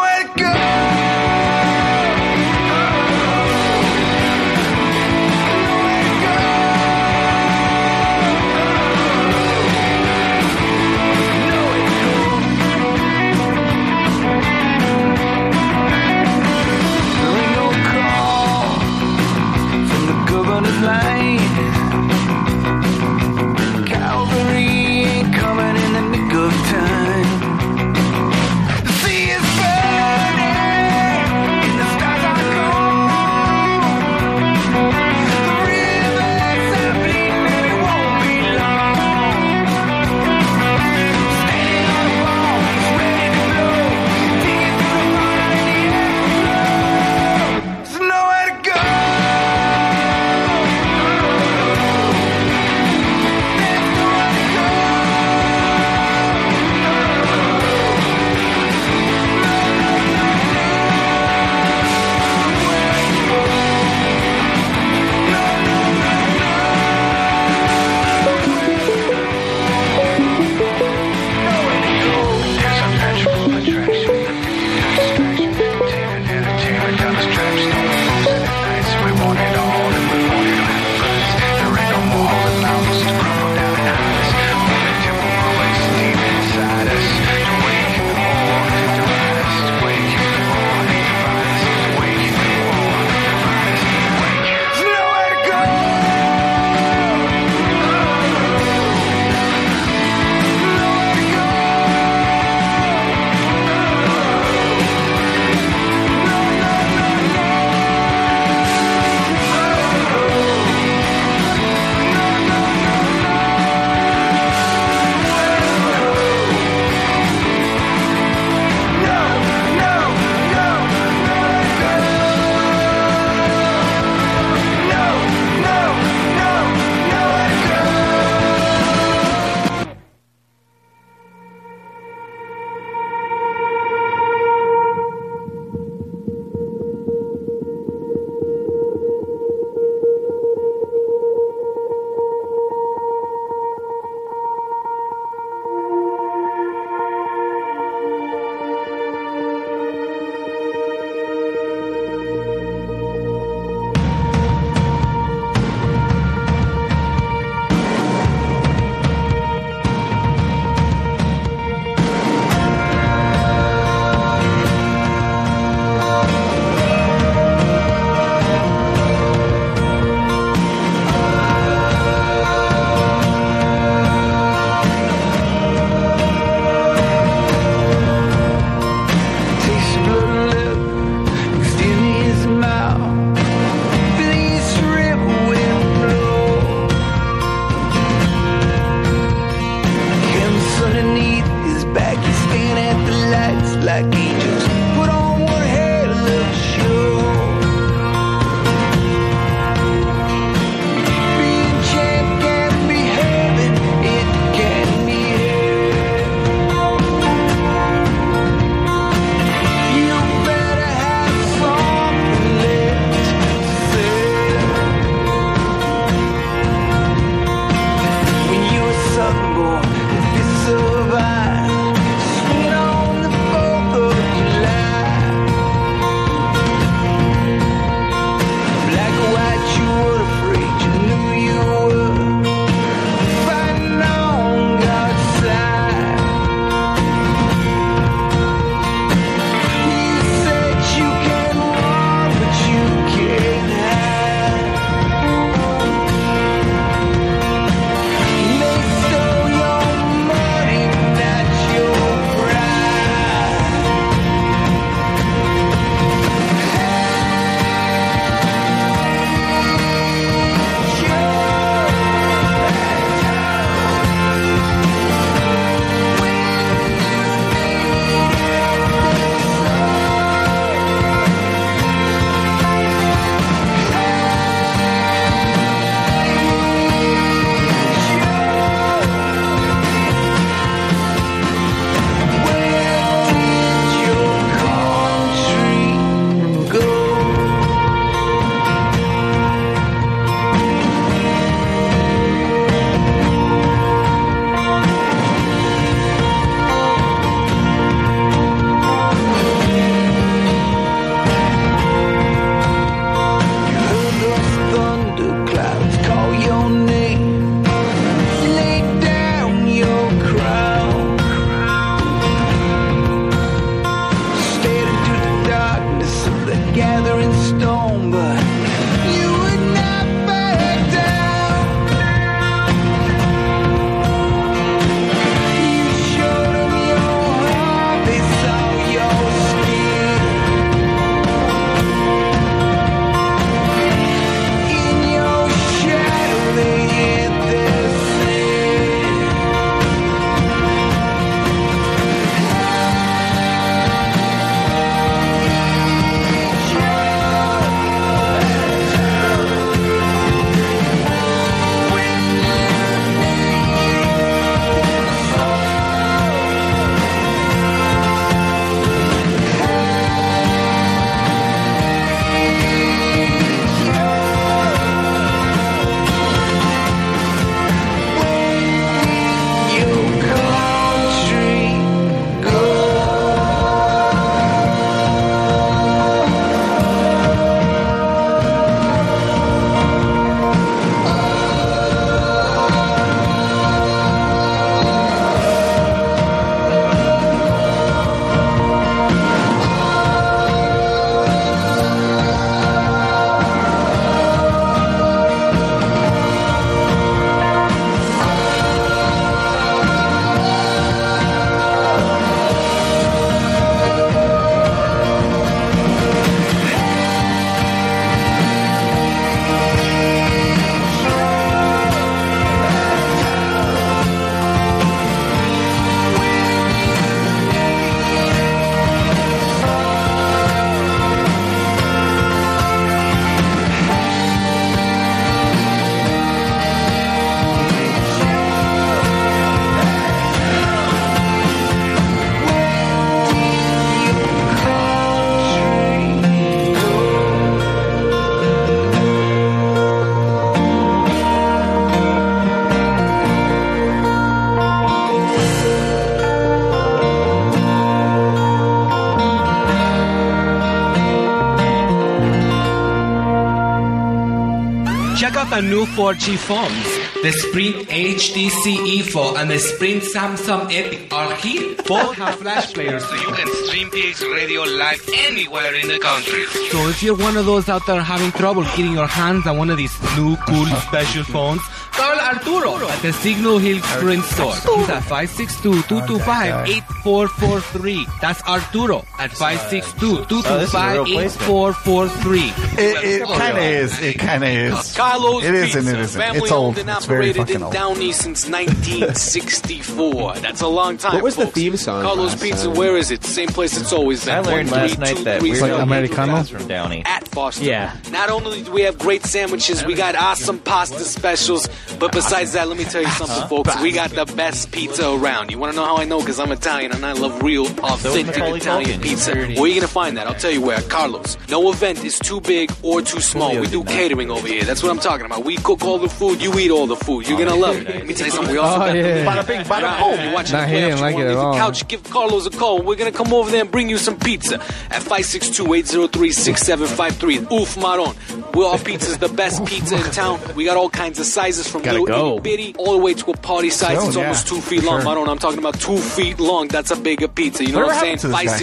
Check out the new 4G phones. The Sprint HTC E4 E and the Sprint Samsung Epic are here. Both have flash players so you can stream PH Radio live anywhere in the country. So if you're one of those out there having trouble getting your hands on one of these new cool special phones, call Arturo
Oh,
at the Signal Hill Sprint Store. He's at 562-225-8443. That's Arturo at Oh, 562-225-8443.
It, it kind of is. It kind of is.
Carlos
it is and it
Pizza,
isn't.
family
It's old.
owned and
It's very
operated
fucking
in
old.
Downey since 1964. That's a long time.
What was the
folks.
theme song
Carlos
last
Pizza,
time?
where is it? Same place it's always been.
I learned
One,
last
three,
night
two,
that
three,
we're
seven,
Americano
eight,
from Downey.
At Foster.
Yeah.
Not only do we have great sandwiches, we got awesome pasta specials, but besides that, let me tell you something,
Huh?
folks. We got the best pizza around. You want to know how I know? Because I'm Italian and I love real, authentic
Macaulay
Italian
Culkin.
pizza. Where you going to find that? I'll tell you where. Carlos. No event is too big or too small. We do catering over here. That's what I'm talking about. We cook all the food, you eat all the food. You're
Oh,
going to love it. Let me tell you something. We also
Oh,
got
yeah.
Bada bing, bada boom. You're watching
Nah,
the
he
playoffs. You
didn't like
wanna
it
leave
at
the
Oh.
all.
couch, give Carlos a call. We're gonna come over there and bring you some pizza at 562-803-6753. Oof Maron. Well, our pizza's the best pizza in town. We got all kinds of sizes from
Gotta
little
go.
itty bitty all the way to a party size.
So,
it's
yeah,
almost two feet long.
sure.
Maron, I'm talking about two feet long. That's a bigger pizza. You know what
Whatever
I'm saying?
happened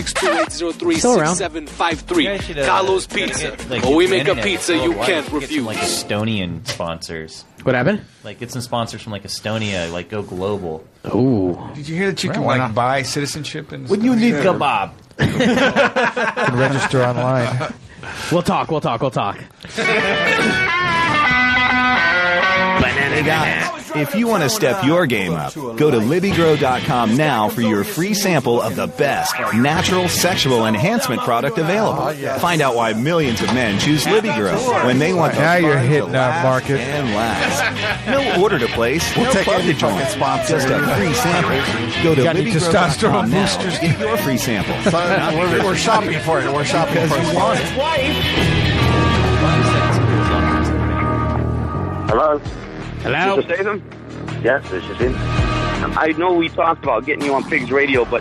to this guy?
562-803-6753. Carlos Pizza.
Gotta get, like,
when we
the
make a
internet
pizza you
worldwide.
can't
Get some, like Estonian sponsors.
What happened?
Like get some sponsors from like Estonia. Like go global.
Ooh.
Did you hear that you
Well,
can
why
like
not?
buy citizenship and
Wouldn't you need kebab?
Can register online.
We'll talk. We'll talk. We'll talk.
Guys, if you want to step your game up, go to LibbyGrow.com now for your free sample of the best natural sexual enhancement product available. Find out why millions of men choose Libby Grow when they want the
Now you're
fun to
hitting that
last
market.
and last. No order to place. We'll no take any fucking sponsor. Just a free sample. Go to
Got any
LibbyGrow.com
testosterone
now.
boosters?
Get your free sample. Not
Son, we're,
because-
we're shopping for it. We're shopping
Because
for
you
it.
want
it.
Hello. Hello. Mr. Statham? Yes, this is him. I know we talked about getting you on Pigs Radio, but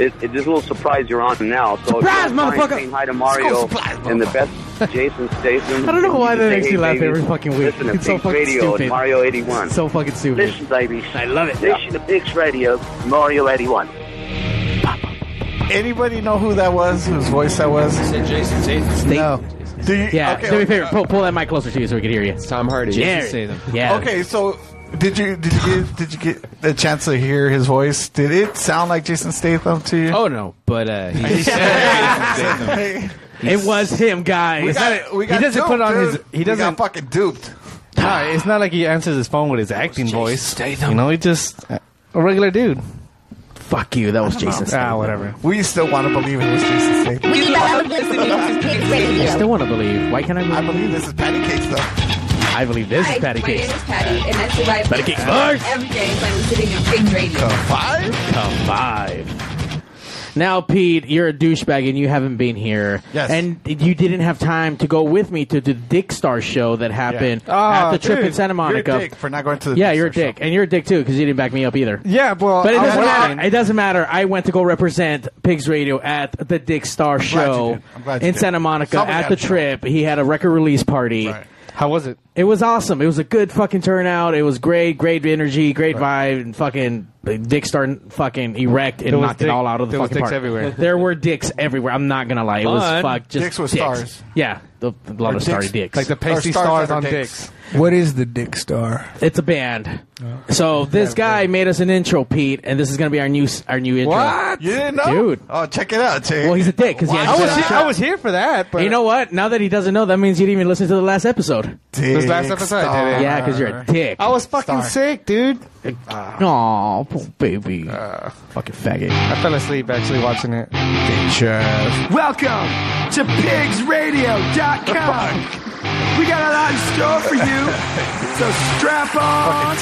it, it's this little surprise you're on now. So if
Surprise,
you don't mind
motherfucker!
saying Hi to Mario and the best Jason Statham.
I don't know why
can
that
say,
makes
"Hey,
me laugh
baby,
every fucking week.
Listen to
It's so
Pigs
fucking
Radio
stupid.
and Mario 81.
So fucking stupid.
Listen, baby. I love it. Listen to Pigs Radio, Mario 81.
Anybody know who that was? Whose voice that was? Jason Statham.
No.
Oh. Do you,
Yeah.
okay,
do me a favor. Pull, pull that mic closer to you so we can hear you. It's
Tom Hardy.
Yeah. Yeah.
Okay, so did you did you get did you get a chance to hear his voice? Did it sound like Jason Statham to you?
Oh no, but uh,
he's
It was him, guys.
We got it. We got
he doesn't
duped,
put on
dude.
his.
We
He
got
doesn't
fucking duped.
Nah, it's not like he answers his phone with his acting voice. You know, he just uh, a regular dude.
Fuck you. That was
Jason. Ah, whatever.
We still want to believe it was Jason Statham.
I still want to believe. Why can't I believe? I
believe this is patty cakes, though.
I believe this
Hi,
is patty
my
cakes.
name is Patty, and I survive
Patty
Big
Cakes
Five
first.
every day by listening to Big Radio.
five?
five. Now, Pete, you're a douchebag and you haven't been here.
Yes.
And you didn't have time to go with me to the Dick Star show that happened at the trip in Santa Monica.
Ah, You're a dick for not going to the
yeah, you're a dick, and you're a dick too because you didn't back me up either.
Yeah, well,
But it
I
doesn't
was
matter. It doesn't matter. I went to go represent Pigs Radio at the Dick Star show
did. I'm glad you
in
did.
Santa Monica
Somebody
at
had
the
a show.
trip. He had a record release party.
How was it?
It was awesome. It was a good fucking turnout. It was great, great energy, great vibe, and fucking Dick Star fucking erect and
There was
knocked it
dick-
all out of the
there was
fucking
dicks
park.
everywhere.
There were dicks everywhere. I'm not gonna lie. It was
Fun.
fuck just
Dicks with stars.
Yeah, the, a lot
Or
of starry
dicks.
dicks,
Like the pasty Or stars stars that are on dicks.
What is the Dick Star?
It's a band. So this guy made us an intro, Pete, and this is gonna be our new s- our new intro.
What? You didn't know?
dude?
Oh, check it out, dude.
Well, he's a dick because he.
I was here, I was here for that, but
You know what? Now that he doesn't know, that means you didn't even listen to the last episode.
This last episode, I did it.
Yeah, because you're a dick.
I was fucking sick, dude.
Ah.
Aw, poor baby. fucking faggot.
I fell asleep actually watching it.
Welcome to pigsradio.com. We got a lot in store for you, so strap on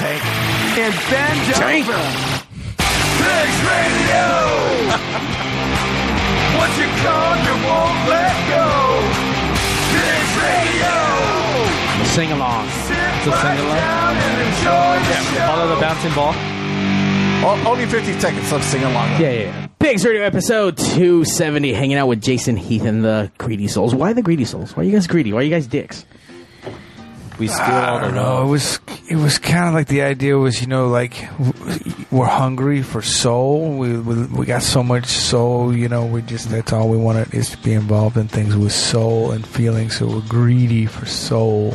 and bend
Tank.
over. Pigs Radio! Once you're gone, you won't let go. Pigs Radio!
Sing along.
It's a sing along. And enjoy the show.
Follow the bouncing ball.
Oh, only 50 seconds left. Sing along.
Yeah, yeah. Pigs Radio episode 270, hanging out with Jason Heath and the Greedy Souls. Why the Greedy Souls? Why are you guys greedy? Why are you guys dicks?
We steal all the
No, it was it was kind of like the idea was you know like w- we're hungry for soul. We we, we got so much soul, you know. We just that's all we wanted is to be involved in things with soul and feelings. So we're greedy for soul.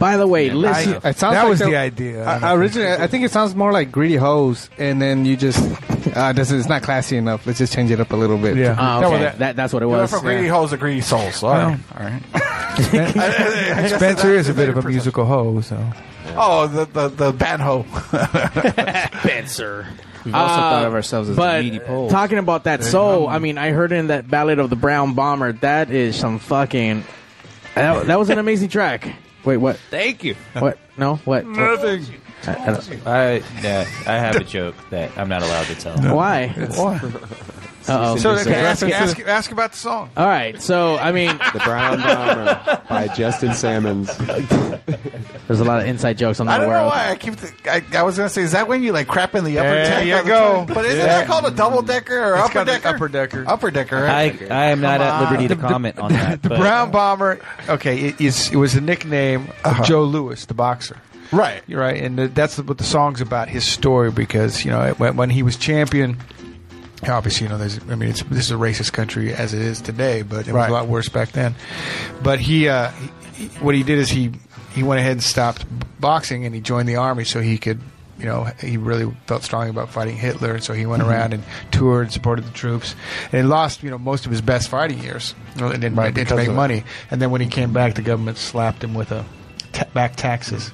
By the way,
listen-
I- it sounds
that
like
was
they're-
the idea.
I, I originally, I think it sounds more like greedy hoes, and then you just uh, this is not classy enough. Let's just change it up a little bit.
Yeah.
Ah,
Oh,
okay. That- that's what it
You went from greedy
Yeah.
hoes to greedy souls. All
Well.
right. All right.
Spencer is a bit of a musical hoe, so
Oh, the the, the bad hoe.
Spencer.
We've also thought of ourselves as
Uh, but
greedy Poles.
Talking about that soul, I mean, I heard in that ballad of the Brown Bomber. That is some fucking. That, that was an amazing track. Wait, what?
Thank you.
What? No, what? Uh,
Nothing.
I, I don't-
I yeah, I have a joke that I'm not allowed to tell.
Why?
Why?
Uh-oh.
So okay, ask,
Ask-
ask, ask about the song.
All right, so I mean, the
Brown Bomber by Justin Salmons.
There's a lot of inside jokes on that
I don't know
world.
why I keep. Th- I, I was gonna say, is that when you like crap in the upper
There
deck?
you
all the
go.
time? But isn't
Yeah.
that called a double decker or upper decker?
upper decker.
Upper decker.
I,
Right?
I am not at liberty to comment on that.
the
but-
Brown Bomber. Okay, it, it's, it was a nickname of Joe Lewis, the boxer.
Right,
you're right, and th- that's what the song's about. His story, because you know it- when, when he was champion. Obviously, you know, there's, I mean, it's, this is a racist country as it is today, but it was
Right.
a lot worse back then. But he, uh, he, he- what he did is he, he went ahead and stopped boxing and he joined the army so he could, you know, he really felt strongly about fighting Hitler. And so he went
Mhm.
around and toured and supported the troops and he lost, you know, most of his best fighting years you know, and didn't,
Right,
didn't
because
make
of it.
money. And then when he came back, the government slapped him with a ta back taxes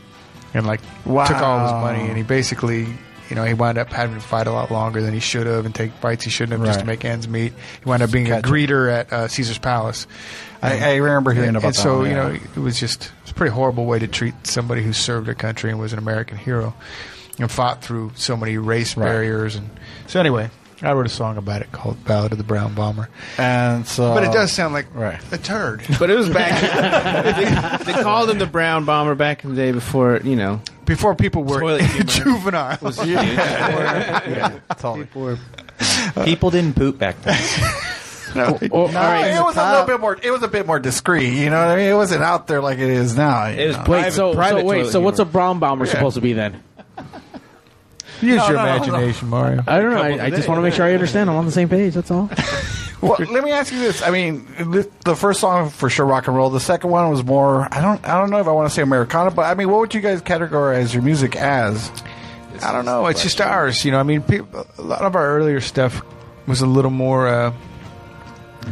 and like
Wow.
took all his money and he basically you know he wound up having to fight a lot longer than he should have and take fights he shouldn't have just to
Right.
make ends meet he wound up being
Gotcha.
a greeter at uh, caesar's palace
I-
And-
I remember hearing
and-
about
and
that
so
one,
you
yeah.
know it was just it's a pretty horrible way to treat somebody who served their country and was an american hero and fought through so many race
Right.
barriers and so anyway I wrote a song about it called "Ballad of the Brown Bomber,"
and so.
but it does sound like
right.
a turd.
But it was back. they, they called him the Brown Bomber back in the day before you know.
Before people were juvenile.
People, didn't poop back then.
No,
all right.
it was a little bit more. It was a bit more discreet. You know what I mean? It wasn't out there like it is now. you know?
wait, so, so wait, so what's a brown bomber
Yeah.
supposed to be then?
Use
No,
your
no, no, no.
imagination, Mario.
I don't know. I, I just want to make sure I understand. I'm on the same page. That's all.
Well, let me ask you this. I mean, th- the first song for sure rock and roll. The second one was more. I don't. I don't know if I want to say Americana, but I mean, what would you guys categorize your music as?
I don't know. It's just ours, you know. I mean, people, a lot of our earlier stuff was a little more uh,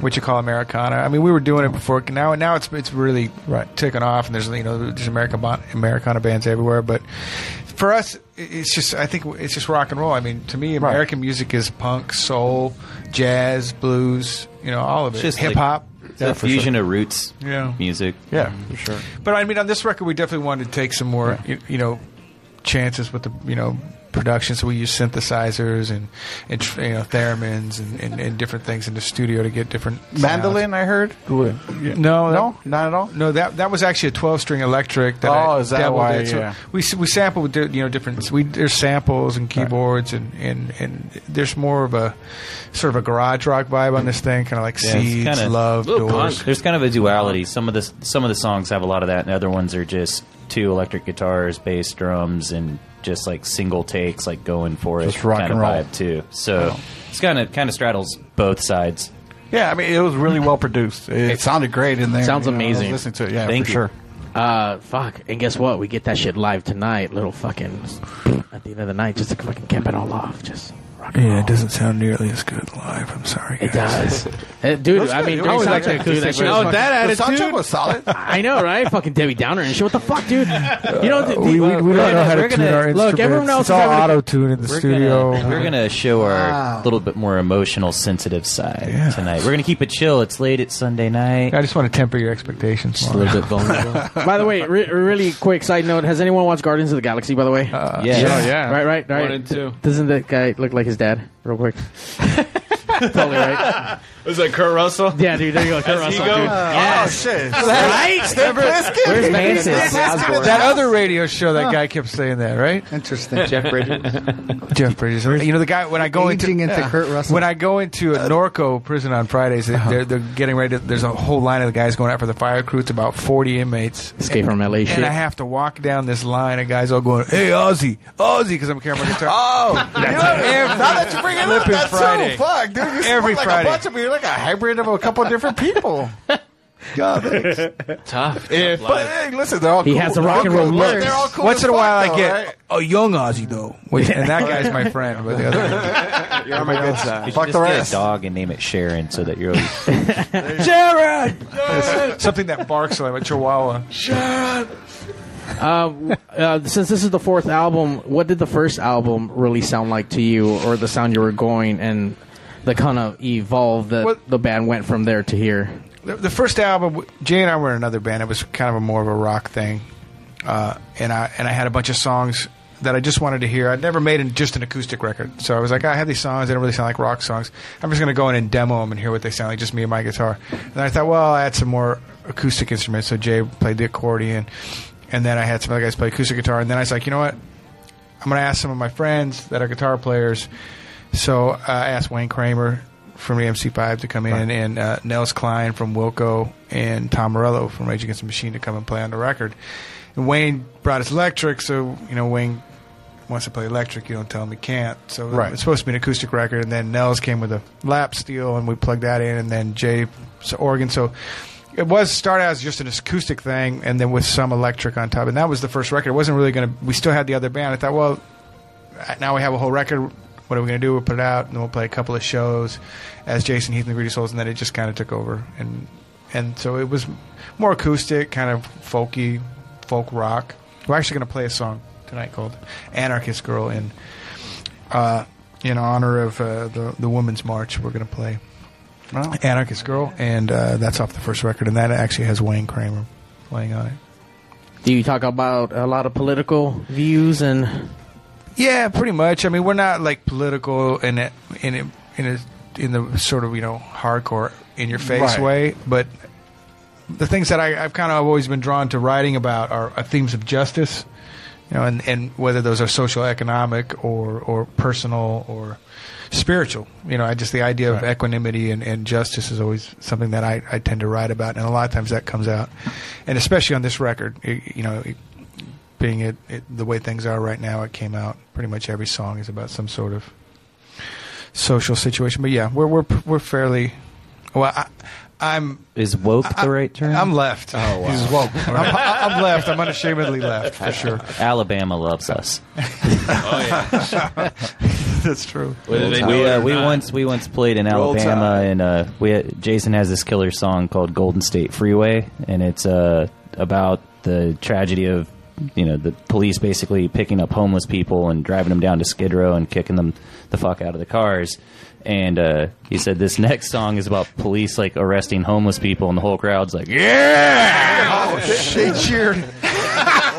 what you call Americana. I mean, we were doing it before now, and now it's it's really right. taken off. And there's you know there's American bon- Americana bands everywhere, but for us, i- it's just I think it's just rock and roll. I mean, to me, American music is punk, soul, jazz, blues, you know, all of it,
It's just
hip hop.
Like, the fusion of roots
Yeah.
music. Mm-hmm.
Yeah.
for sure.
Mm-hmm. But I mean, on this record, we definitely wanted to take some more, you, you know, chances with the, you know, production. So we use synthesizers and, and tr- you know, theremins and, and, and different things in the studio to get different. sounds.
Mandolin, I heard. No,
No,
no, not at all.
No, that that was actually a twelve string electric. That
Oh,
I
is that
dabbled
why?
in. So
Yeah.
we s- we sample with di- you know different. We there's samples and keyboards and, and and there's more of a sort of a garage rock vibe on this thing, kind of like
Yeah, it's
seeds,
kinda-
love, doors.
There's kind of a duality. Some of the some of the songs have a lot of that, and other ones are just two electric guitars, bass, drums, and just like single takes, like going for it,
Just rock
kind
and
of
roll.
vibe too. So it's kind of kind of straddles both sides.
Yeah, I mean, it was really well produced. It, sounded great in there.
Sounds
you know, I was
amazing.
listening to it, yeah, for sure.
Uh, fuck. And guess what? We get that shit live tonight. Little fucking at the end of the night, just to fucking cap it all off. Just
Yeah, it doesn't sound nearly as good live. I'm sorry.
It does. Uh, dude, I mean, during soundcheck, dude, Oh, that shit was fucking- I know, right? Fucking Debbie Downer and shit. What the fuck, dude? You know, the-
we, we, we don't know how to
we're
tune
gonna-
our instruments.
Look, everyone else
it's
is
all
having a-
auto tune in the
We're
studio.
Gonna, we're gonna show our
Wow.
little bit more emotional, sensitive side tonight. We're gonna keep it chill. It's late. It's Sunday night.
I just want to temper your expectations
Just a little bit vulnerable.
By the way, re- really quick side note: Has anyone watched Guardians of the Galaxy? By the way, uh,
yes. Yeah, yeah.
right, right, right.
One and two.
Doesn't that guy look like his dad? Real quick, totally right.
Is that Kurt Russell?
Yeah, dude. There you go, Kurt
As
Russell,
Ego?
dude. Yes.
Oh shit!
Right?
Step Biscuit.
Where's Manson?
That other radio show, that
Huh.
guy kept saying that, right?
Interesting.
Jeff Bridges. Jeff Bridges. You know the guy when I go
Aging
into,
into Kurt Russell.
When I go into a Norco prison on Fridays,
Uh-huh.
they- they're, they're getting ready. To, there's a whole line of the guys going out for the fire crew. It's about 40 inmates.
Escape from LA
And
shit.
I have to walk down this line of guys all going, "Hey Ozzy, Ozzy," because I'm carrying my guitar. oh,
now that you bring it up,
Flippin'
that's
Friday.
so fuck, dude. You
Every
sound like
Friday.
a bunch of you're like a hybrid of a couple different people. God,
tough.
but hey, listen, they're all.
He
cool.
has a
They're
rock
all
and roll
cool.
look.
They're all cool
Once
as
in a
fuck,
while I
though,
get-
right?
a young Ozzy though. Wait, and that guy's my friend, but the other
You're on my good side.
You should
Fuck
just
the
get
rest.
a dog and name it Sharon so that you're always
Jared, something that barks like a chihuahua.
Sharon. Um, uh, since this is the fourth album, what did the first album really sound like to you, or the sound you were going, and the kind of evolve that the band went from there to here?
the, the first album, Jay and I were in another band. It was kind of a more of a rock thing, uh, and I and I had a bunch of songs that I just wanted to hear. I'd never made an, just an acoustic record, so I was like, I have these songs. They don't really sound like rock songs. I'm just going to go in and demo them and hear what they sound like, just me and my guitar. And I thought, well, I had some more acoustic instruments. So Jay played the accordion, and then I had some other guys play acoustic guitar. And then I was like, you know what? I'm going to ask some of my friends that are guitar players. So uh, I asked Wayne Kramer from E EMC5 to come in, and uh, Nels Klein from Wilco, and Tom Morello from Rage Against the Machine to come and play on the record. And Wayne brought his electric, so you know Wayne wants to play electric. You don't tell him he can't. So
Right.
it's supposed to be an acoustic record, and then Nels came with a lap steel, and we plugged that in, and then Jay so organ. So it was started out as just an acoustic thing, and then with some electric on top, and that was the first record. It wasn't really going to. We still had the other band. I thought, well, uh, now we have a whole record. What are we going to do? We'll put it out, and then we'll play a couple of shows as Jason Heath and the Greedy Souls, and then it just kind of took over, and and so it was more acoustic, kind of folky, folk rock. We're actually going to play a song tonight called "Anarchist Girl" in uh, in honor of uh, the the Women's March. We're going to play "Anarchist Girl," and uh, that's off the first record, and that actually has Wayne Kramer playing on it.
Do you talk about a lot of political views and?
Yeah, pretty much. I mean, we're not like political in it in it in it in the sort of you know hardcore in your face
Right.
way, but the things that I, I've kind of always been drawn to writing about are, are themes of justice, you know, and, and whether those are social, economic, or or personal or spiritual. You know, I just the idea of equanimity and, and justice is always something that I, I tend to write about, and a lot of times that comes out, and especially on this record, it, you know. It, being it, it the way things are right now, it came out pretty much every song is about some sort of social situation. But yeah, we're we're we're fairly well. I, I'm
is woke the right term?
I'm left.
Oh, wow.
He's woke. I'm, I'm left. I'm unashamedly left for sure.
Alabama loves us.
That's true.
we uh, we once we once played in
Roll
Alabama,
Tide.
and uh, we Jason has this killer song called "Golden State Freeway," and it's uh, about the tragedy of you know the police basically picking up homeless people and driving them down to Skid Row and kicking them the fuck out of the cars. And uh, he said this next song is about police like arresting homeless people, and the whole crowd's like, "Yeah!"
Oh, shit.
They cheered.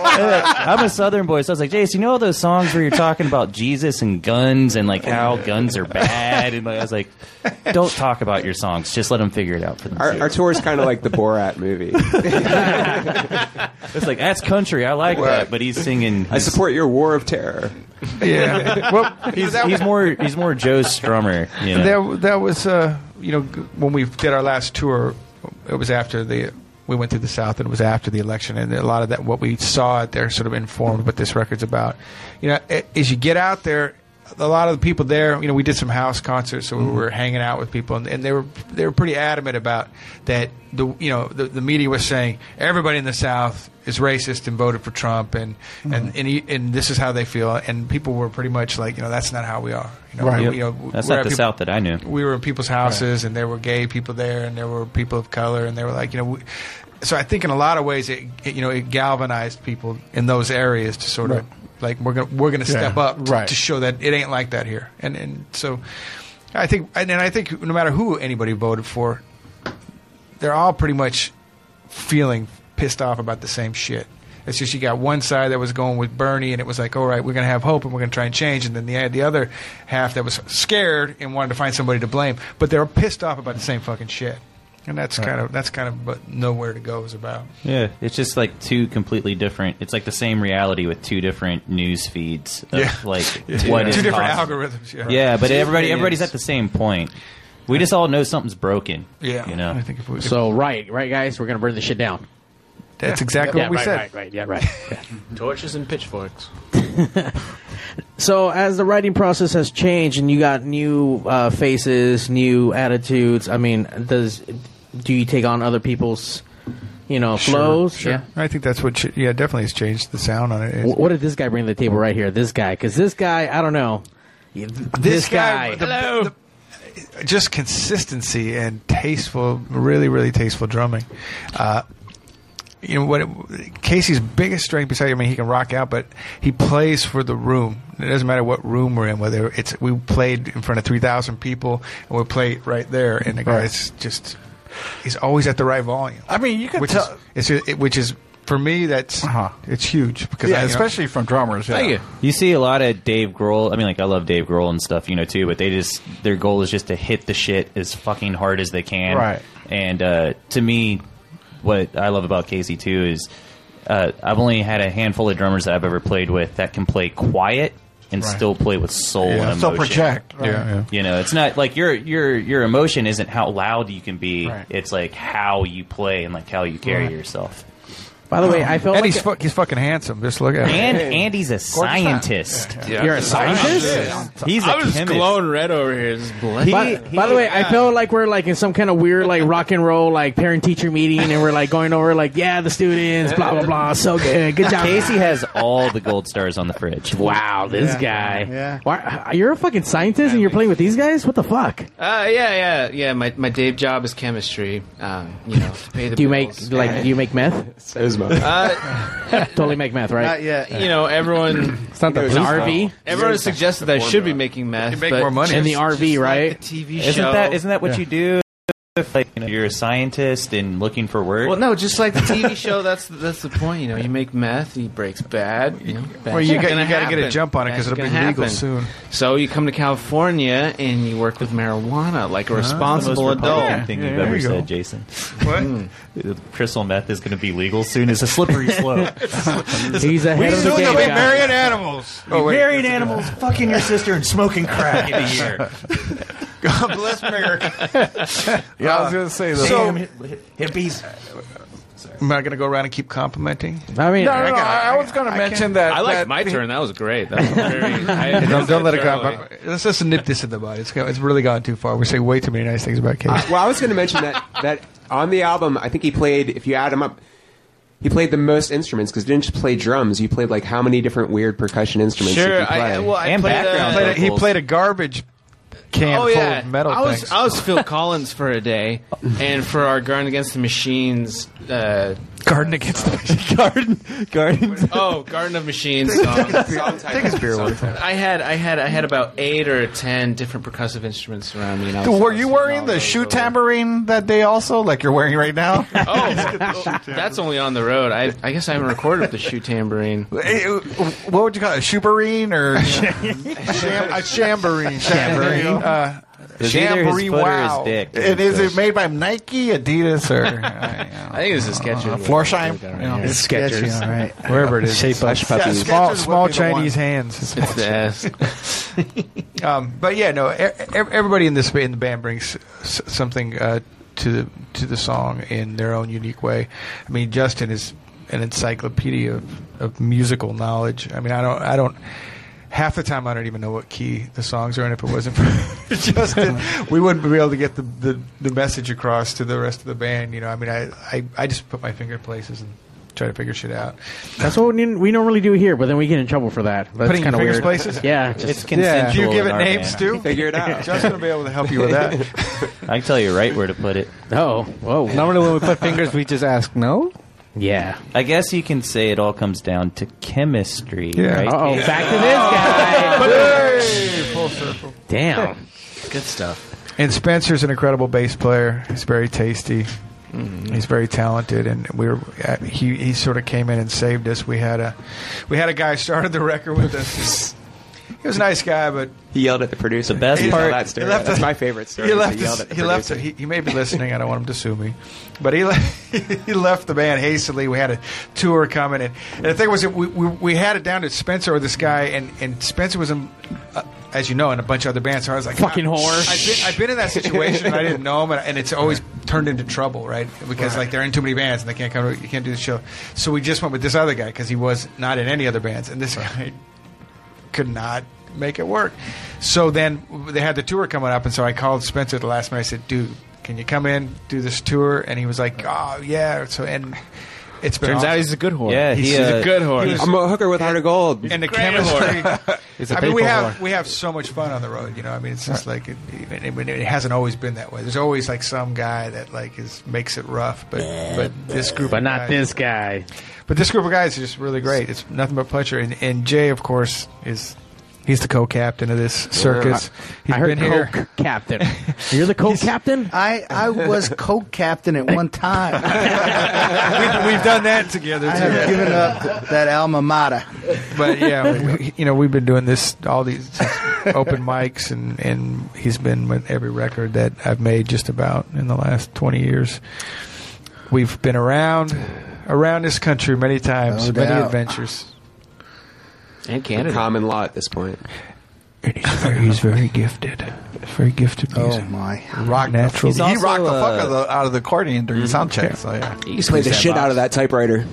I'm a Southern boy, so I was like, Jace, you know all those songs where you're talking about Jesus and guns and like how guns are bad, and like, I was like, don't talk about your songs, just let them figure it out for
Our,
themselves.
our tour is kind of like the Borat movie.
it's like that's country. I like that, but he's singing.
I support your war of terror.
Yeah.
he's, he's more he's more Joe Strummer. You know?
That that was uh, you know g- when we did our last tour, it was after the we went through the South and it was after the election, and a lot of that what we saw out there sort of informed what this record's about. You know, a- as you get out there. A lot of the people there, you know, we did some house concerts, so we were hanging out with people, and, and they were they were pretty adamant about that. The you know the, the media was saying everybody in the South is racist and voted for Trump, and and and, he, and this is how they feel, and people were pretty much like, you know, that's not how we are. You know,
Right.
we- you know,
That's
we're
not
at
the South that I knew.
We were in people's houses, and there were gay people there, and there were people of color, and they were like, you know. We, so I think in a lot of ways, it, it, you know, it galvanized people in those areas to sort
Right.
of like we're gonna we're gonna
Yeah,
step up to,
right.
to show that it ain't like that here, and and so I think and, and I think no matter who anybody voted for, they're all pretty much feeling pissed off about the same shit. It's just you got one side that was going with Bernie, and it was like, all right, we're going to have hope, and we're going to try and change. And then the the other half that was scared and wanted to find somebody to blame, but they were pissed off about the same fucking shit. And that's
Right.
kind of that's kind of what nowhere to go is about.
Yeah, it's just like two completely different. It's like the same reality with two different news feeds. Of
Yeah.
like
Yeah.
what
Two
is
different
possible.
algorithms, yeah.
yeah, but
Two
everybody
opinions.
everybody's at the same point. We just all know something's broken.
Yeah,
you know.
I think if we-
So right, right, guys, we're gonna burn this shit down.
That's exactly
Yeah,
what we
right,
said.
Right, right, yeah, right.
Torches and pitchforks.
So as the writing process has changed and you got new uh, faces, new attitudes, I mean, does do you take on other people's, you know, flows?
Sure,
Yeah.
sure. I think that's what. ch- Yeah, definitely has changed the sound on it.
Wh- What did this guy bring to the table right here? This guy, because this guy, I don't know. This, guy,
the- the- just consistency and tasteful, really, really tasteful drumming. Uh, you know what? It, Casey's biggest strength, besides, I mean, he can rock out, but he plays for the room. It doesn't matter what room we're in. Whether it's we played in front of three thousand people, and we play right there, and the guy's just he's always at the right volume.
I mean, you can
which
tell-
Is, it's, it, which is for me that's
Uh-huh.
it's huge because
Yeah,
I, you know-
especially from drummers. Yeah.
You see a lot of Dave Grohl. I mean, like I love Dave Grohl and stuff, you know, too. But they just their goal is just to hit the shit as fucking hard as they can.
Right.
And uh, to me, what I love about Casey too is uh, I've only had a handful of drummers that I've ever played with that can play quiet and
Right.
still play with soul
Yeah,
and emotion.
still project, right.
Yeah, yeah.
You know, it's not like your your your emotion isn't how loud you can be. It's like how you play and like how you carry
Right.
yourself.
By the way, I felt
and
like
he's, fuck he's fucking handsome. Just look at
And
him.
Andy's a scientist.
You're a scientist?
He's a
I was
chemist.
glowing red over here. Just
By, by the way, I felt like we're like in some kind of weird like rock and roll like parent teacher meeting, and we're like going over like yeah the students blah blah blah so good good job
Casey has all the gold stars on the fridge.
Wow, this guy. Yeah. Why, you're a fucking scientist and you're playing with these guys? What the fuck?
Uh, yeah, yeah, yeah. My my day job is chemistry. Um, you know, to pay the
Do you make
bills.
like do you make meth?
Uh,
totally make meth, right?
You know, everyone.
It's not the
you know,
police model.
Everyone
It's
suggested
the
that I should be
formula.
making meth.
You make
but
more money. In the
just
RV,
like
right?
the TV
Isn't
show.
that isn't that what
Yeah.
you do? If like you know, you're a scientist and looking for work.
Well, no, just like the TV show. That's that's the point. You know, you make meth, he breaks bad. You know,
Well, you got- you gotta get a jump on it 'cause it'll be legal soon.
So you come to California and you work with marijuana like a responsible
That's the most
adult.
Republican thing you've ever said, Jason.
Hmm.
What? Crystal meth is going to be legal soon. It's a slippery slope.
He's ahead
We
of the
soon
game.
will be
guys.
married
animals.
Oh, wait,
Married animals, fucking your sister, and smoking crack in a year.
God bless America.
Yeah, I was gonna say that.
So,
Damn
hippies.
Am I going to go around and keep complimenting?
I mean,
No, no, no, I, I was going to mention that.
I liked
that-
my turn. That was great. That was very. I,
don't, don't let it go.
thoroughly.
Let's just nip this in the bud. It's, go- it's really gone too far. We say way too many nice things about Casey.
I- well, I was going to mention that that on the album, I think he played. If you add him up, he played the most instruments because didn't just play drums. You played like how many different weird percussion instruments?
Sure,
you could
I-
play.
I- well, I And played, background uh,
Played a- he played a garbage can
oh
full
yeah,
of metal
I was
things.
I was Phil Collins for a day, and for our Garden Against the Machines. Uh,
Garden Against the Garden Garden.
Oh, Garden of Machines. song.
Take his beer with him.
I had I had I had about eight or ten different percussive instruments around me. And I was-
Were you wearing the shoe tambourine that day also, like you're wearing right now?
oh, that's only on the road. I I guess I haven't recorded the shoe tambourine.
Eh, what would you call it? A shoebarine or
Sham- a chamberine.
Chamberine.
Uh,
It's either his
jamboree,
foot or his
wow.
dick. And is it made by Nike, Adidas, or
I think this is Skechers.
Florsheim?
It's
Skechers, all right. Wherever it is. Shaped like puppies. Small- small Chinese hands.
It's the ass.
um, but yeah, no. e- e- Everybody in this ba- in the band brings s- something uh, to the to the song in their own unique way. I mean, Justin is an encyclopedia of, of musical knowledge. I mean, I don't, I don't. Half the time, I don't even know what key the songs are in. If it wasn't for Justin, we wouldn't be able to get the, the, the message across to the rest of the band. You know, I mean, I, I, I just put my finger places and try to figure shit out.
That's what we, we normally do here, but then we get in trouble for that. That's
Putting your
kind of
fingers
weird.
places?
Yeah,
It's consensual Do you give in it our names, band. too? Figure it out. Justin will be able to help you with that.
I can tell you right where to put it.
Oh, whoa!
Normally, when we put fingers, we just ask no.
Yeah, I guess you can say it all comes down to chemistry.
Yeah.
Right?
Uh-oh,
back to this guy.
Hey, full circle.
Damn.
Good stuff.
And Spencer's an incredible bass player. He's very tasty. He's very talented, and we were uh, he he sort of came in and saved us. We had a we had a guy started the record with us. He was a nice guy, but
He yelled at the producer. The
best part-
That story.
he left
That's
the-
my favorite story.
He
is
left.
yelled
His,
at the
he left.
producer.
He, he may be listening. I don't want him to sue me, but he left, he left the band hastily. We had a tour coming, and, and the thing was, that we, we we had it down to Spencer or this guy, and and Spencer was in. Uh, as you know, in a bunch of other bands, so I was like,
Fucking
"Ah,
whore."
I've been, I've been in that situation, and I didn't know him, and, and it's always turned into trouble, right? Because
Right.
like they're in too many bands, and they can't come, you can't do the show. So we just went with this other guy because he was not in any other bands, and this guy could not make it work. So then they had the tour coming up, and so I called Spencer the last minute. I said, "Dude, can you come in do this tour?" And he was like, "Oh yeah." So and it's been
Turns out
awesome.
he's a good whore. Yeah, he, uh,
He was-
I'm a hooker with heart of gold.
and the
Great
chemistry.
whore. He's a
I mean, we
faithful
have
whore.
we have so much fun on the road. You know, I mean, it's just like it, it, it, it hasn't always been that way. There's always like some guy that like is makes it rough, but but this group,
But
of
not
guys-
this guy.
But this group of guys is just really great. It's nothing but pleasure. And, and Jay, of course, is he's the co-captain of this circus. He's
I heard
been here.
co-captain. You're the co-captain.
I I was co-captain at one time.
we, have done that together.
I have given up that alma mater.
but yeah, we, we- you know, we've been doing this all these open mics, and and he's been with every record that I've made just about in the last twenty years. We've been around around this country many times,
No
many
doubt.
adventures.
And
Canada. Common law at this point.
He's very gifted, very gifted
Oh,
music.
my,
rock Mm-hmm. natural.
he rocked the fuck out of
uh,
the, out of the accordion during sound check. So yeah,
He played the shit out of that typewriter.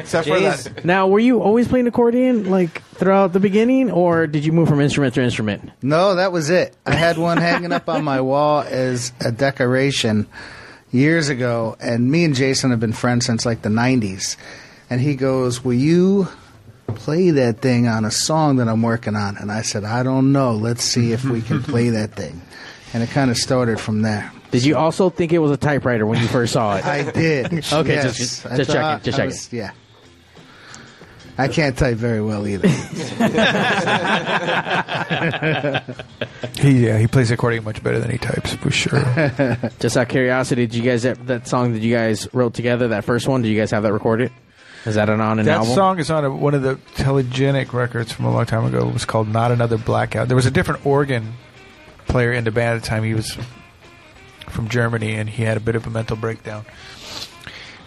Except for that,
Now, were you always playing accordion like throughout the beginning, or did you move from instrument to instrument?
No, that was it. I had one hanging up on my wall as a decoration years ago, and me and Jason have been friends since like the '90s. And he goes, "Will you play that thing on a song that I'm working on?" And I said, "I don't know. Let's see if we can play that thing." And it kind of started from there.
Did you also think it was a typewriter when you first saw it?
I did.
Okay,
Yes.
just just,
I
just
thought
checking. Just
I
checking.
was- yeah. I can't type very well either.
He yeah, he plays accordion much better than he types for sure.
Just out of curiosity, did you guys that, that song that you guys wrote together, that first one? Did you guys have that recorded? Is that an on an
that
album?
song is on a, one of the telegenic records from a long time ago. It was called "Not Another Blackout." There was a different organ player in the band at the time. He was from Germany, and he had a bit of a mental breakdown,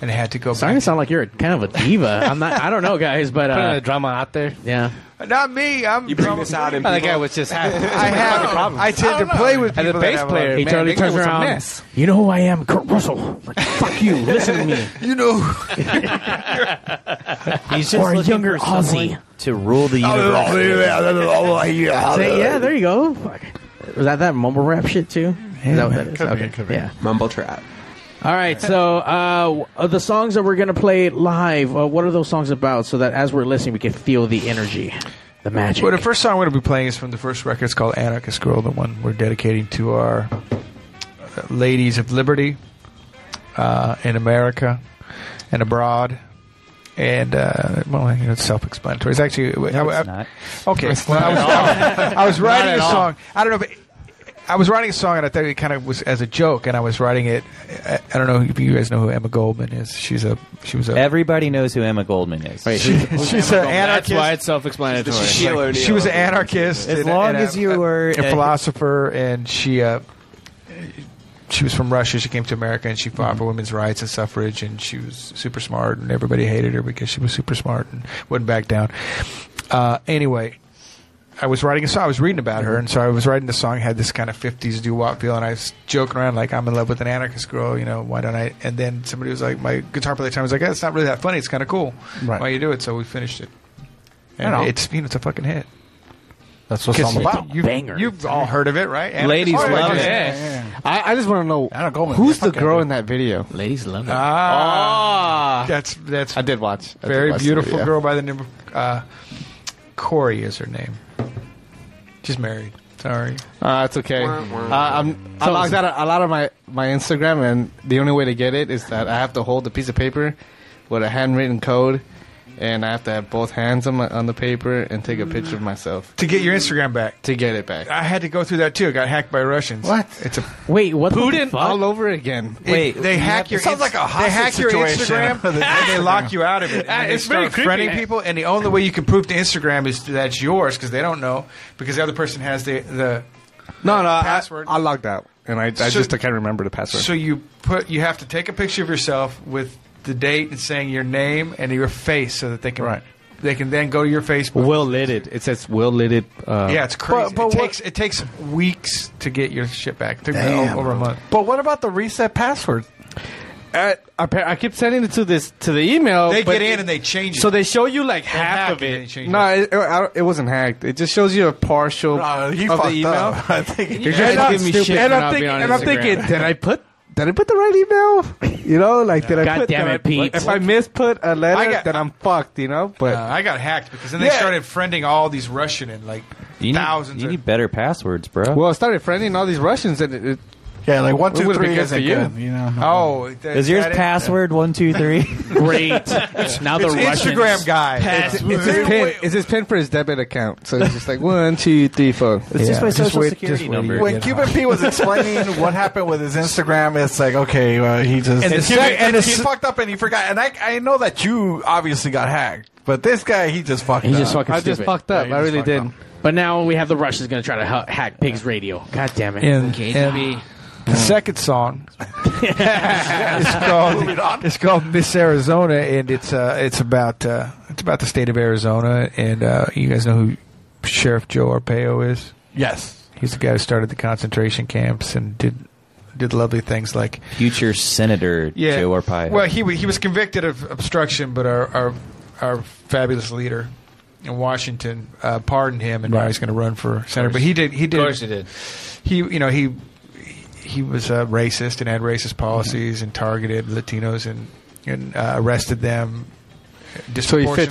and had to go.
Starting
back.
to sound like you're kind of a diva. I'm not. I don't know, guys, but
Putting
uh,
the
drama out there.
Yeah.
Not me. I'm. You
bring this out in
That guy was just happy. I
have problems. I tend to play with
and the
people that
bass
have a-
player.
He
man,
totally
that guy
turns
was a
around.
mess.
You know who I am, Kurt Russell. Like, fuck you. Listen to
Oh,
me.
You know.
He's just
Or a
looking
younger
for someone
Aussie.
to rule
Oh,
the universe.
Say, yeah, there you go. Fuck. Was that that mumble rap shit too? Is that what that is?
Could be,
okay.
could be.
Yeah.
Mumble trap.
All right. So uh, w- uh, the songs that we're gonna play live. Uh, what are those songs about? So that as we're listening, we can feel the energy, the magic.
Well, the first song we're going to be playing is from the first record. It's called Anarchist Girl, the one we're dedicating to our uh, ladies of liberty uh, in America and abroad. And, uh, well, you know, it's self explanatory. It's actually. I- I- Okay.
It's
well, I,
not
was,
at all.
I, was
Not
writing
at
a
all.
song. I don't know if. I was writing a song and I thought it kind of was as a joke, and I was writing it. I, I don't know if you guys know who Emma Goldman is. She's a she was a
Everybody knows who Emma Goldman is.
she's an anarchist.
That's why it's self-explanatory.
She was an anarchist.
As
and-
long
and a-
as you were
a philosopher, and she uh, she was from Russia. She came to America and she fought
Mm-hmm.
for women's rights and suffrage. And she was super smart, and everybody hated her because she was super smart and wouldn't back down. Uh, anyway, I was writing a song. I was reading about
Mm-hmm.
her, and so I was writing the song. Had this kind of '50s doo-wop feel, and I was joking around like I'm in love with an anarchist girl. You know, why don't I? And then somebody was like, my guitar player at the time was like, "Eh, "It's not really that funny. It's kind of cool.
Right.
Why you do it?" So we finished it,
I know.
and it's you know it's a fucking hit.
That's what's
'Cause
all about.
You, You've all heard of it, right? Anarchist
Ladies
Girl.
love it.
Oh, Yeah, yeah, yeah.
I, I just want to know who's the girl in that video. Ladies love it.
Ah, that's that's.
I did watch. I did
Very
watch the
beautiful
video.
girl by the name of uh, Corey is her name. She's married. Sorry.
Ah,
Uh, it's okay.
Wah,
Uh,
wah.
I'm, I
So-
logged out a lot of my, my Instagram, and the only way to get it is that I have to hold a piece of paper with a handwritten code,
and I have to have both hands on, my, on the paper and take a picture of myself
to get your Instagram back.
to get it back.
I had to go through that too. I got hacked by Russians.
What?
It's a
wait. What?
Putin all over again.
It- they hack your.
Sounds like a
They
hostage
hack your
situation.
Instagram and they lock you out of it. And
Ah,
then they
it's very
start friending
creepy.
people, and the only way you can prove to Instagram is that's yours because they don't know because the other person has the the
No, no,
password.
I, I logged out, and I, I
So-
just I can't remember the password.
So you put you have to take a picture of yourself with the date and saying your name and your face so that they can they can then go to your Facebook.
Well litted. It says well litted.
Oh.
Uh,
yeah, it's crazy. it takes it takes weeks to get your shit back. It took me
Damn.
o- over a month.
But what about the reset password? Uh, appa- I keep sending it to this to the email.
They
but
get in and they change it.
So they show you like
They
half
hack
of
it and they
it.
change
No, it, it, I don't- it wasn't hacked. It just shows you a partial
Oh, he
of the
fucked
email.
up. I think he-
You're
Yeah,
just
that's
giving me
stupid.
shit.
And
for
I'm
not being
thinking-
on
and I'm
Instagram.
thinking,
did I put? Did I put the right email? You know, like did I
God
put?
damn
did I
it, Pete.
put- If I misput a letter,
I got-
then I'm fucked. You know, but.
Uh, I got hacked because then they
Yeah.
started friending all these Russian and like thousands.
You need better passwords, bro.
well, I started friending all these Russians, and it, it
yeah, like one,
it
two,
would've been
three
good
isn't
for you.
good, you know.
Oh, is
Is yours password one two three?
Great.
Now the
It's
Russians-
Instagram guy. It's, it's his pin. It's his pin for his debit account. So it's just like one, two, three, four.
It's just my social security
wait till
number.
you
When
get
Cuban P was explaining what happened with his Instagram, it's like okay, well, he just
And the
It's
Cuban-
like-
and the
he
s-
fucked up and he forgot. And I, I know that you obviously got hacked, but this guy, he just fucked.
He's
up.
just fucking stupid.
Yeah, he just fucked
But now we have the Russians going to try to ha- hack Pigs Radio. God damn it.
And- and the second song it's called it's called Miss Arizona, and it's uh it's about uh, it's about the state of Arizona, and uh, you guys know who Sheriff Joe Arpaio is.
Yes,
he's the guy who started the concentration camps and did did lovely things like
Future Senator
yeah.
Joe Arpaio.
Well, he wa- he was convicted of obstruction, but our our, our fabulous leader in Washington uh, pardoned him, and now he's going to run for senator. But he did he did
Of course he did.
he you know he he was uh, racist and had racist policies and targeted Latinos and and uh, arrested them.
So he fits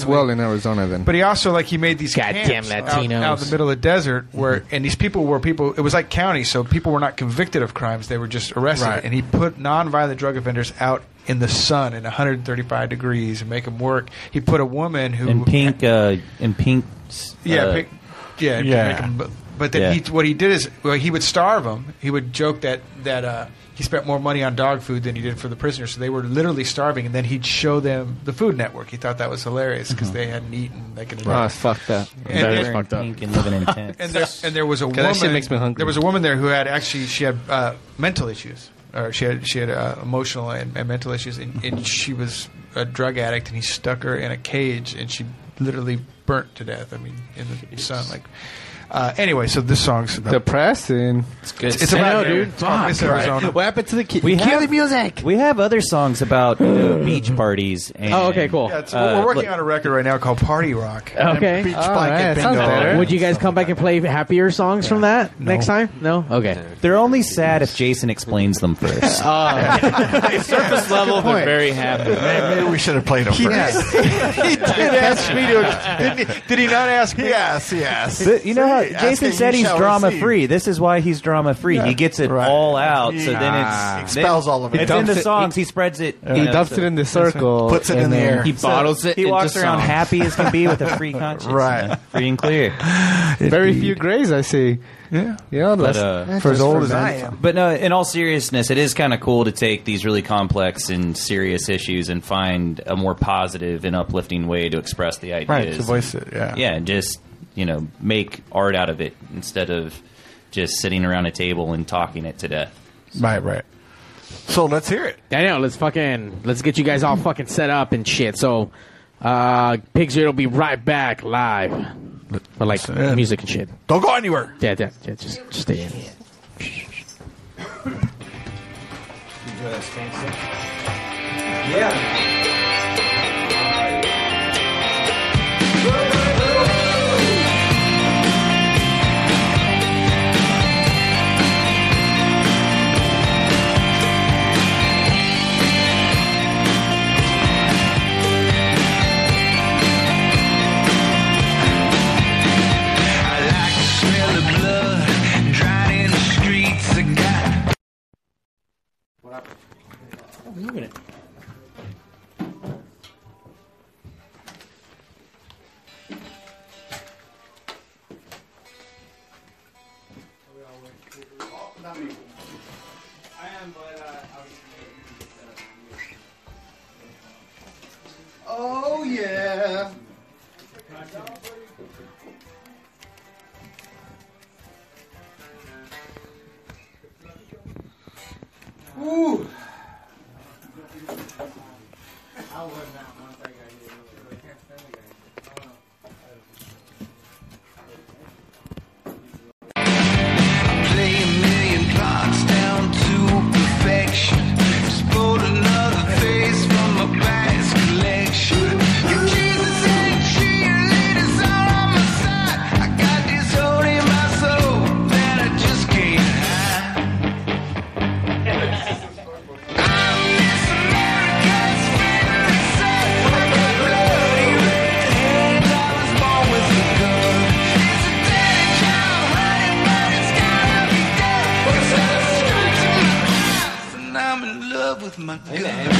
disproportionately.
well in Arizona then.
But he also like he made these
Goddamn
camps out,
Latinos.
out in the middle of the desert where
Mm-hmm.
and these people were people it was like counties so people were not convicted of crimes they were just arrested
Right.
and he put nonviolent drug offenders out in the sun in 135 degrees and make them work. He put a woman who
and pink, uh, and pink. s-
yeah,
uh,
pick, yeah, and
yeah.
Make them, but, but then
Yeah.
he, what he did is well, he would starve them. He would joke that that uh, he spent more money on dog food than he did for the prisoners, so they were literally starving. And then he'd show them the Food Network. He thought that was hilarious because they hadn't eaten. They could
Right. Mm-hmm. Oh, it's fucked up. That is fucked up.
Pink and living in tents.
and there, and there was a
God,
woman.
that shit makes me hungry.
There was a woman there who had actually she had uh, mental issues, or she had she had uh, emotional and, and mental issues, and, and she was a drug addict, and he stuck her in a cage, and she literally burnt to death. I mean, in the sun, like. Uh, anyway, so this song's about
depressing. It's
good. It's about- I know, dude. It's called Miss Fuck. Arizona.
What happened to the kid?
We have-
music.
We have other songs about you know, beach parties. And, Uh,
Oh, okay, cool. Yeah, it's- we're working
look-
on a record right now called Party Rock.
Okay. Would you guys come back and play happier songs from that next time? No. Okay.
They're only sad if Jason explains them first.
Surface level, they're
point.
very happy.
Maybe we should have played him
He
first.
he did ask me to. Did he, did he not ask me?
Yes, yes.
But you know how Jason said he's drama free. This is why he's drama free.
Yeah.
He gets it all out, so then
Ah.
it's
Expels
then-
all of it.
It's
He
in the
dumps it-
songs. He spreads it.
He dumps it in the circle, Puts it in and the then air. he
So
bottles it
He
into
walks around
songs.
happy as can be with a free conscience, right? Free and clear.
Very few grays I see. Yeah. You know,
But,
that's-
uh,
for as old as I am.
But no, in all seriousness, it is kind of cool to take these really complex and serious issues and find a more positive and uplifting way to express the ideas.
Right, to voice it, yeah.
Yeah, and just, you know, make art out of it instead of just sitting around a table and talking it to death.
Right, right. So let's hear it.
I know. Let's fucking let's get you guys all fucking set up and shit. So, uh, Pigs Radio will be right back live for like music and shit.
Don't go anywhere.
Yeah, yeah, yeah just, just stay in.
Yeah.
I like the smell of blood dried in the streets. I got
Oh yeah.
Ooh.
Play a million parts down to perfection. Explode another face from a past collection. If Jesus ain't cheerleaders all on my side, I got this hole in my soul that I just can't hide. And I'm in love with my gun.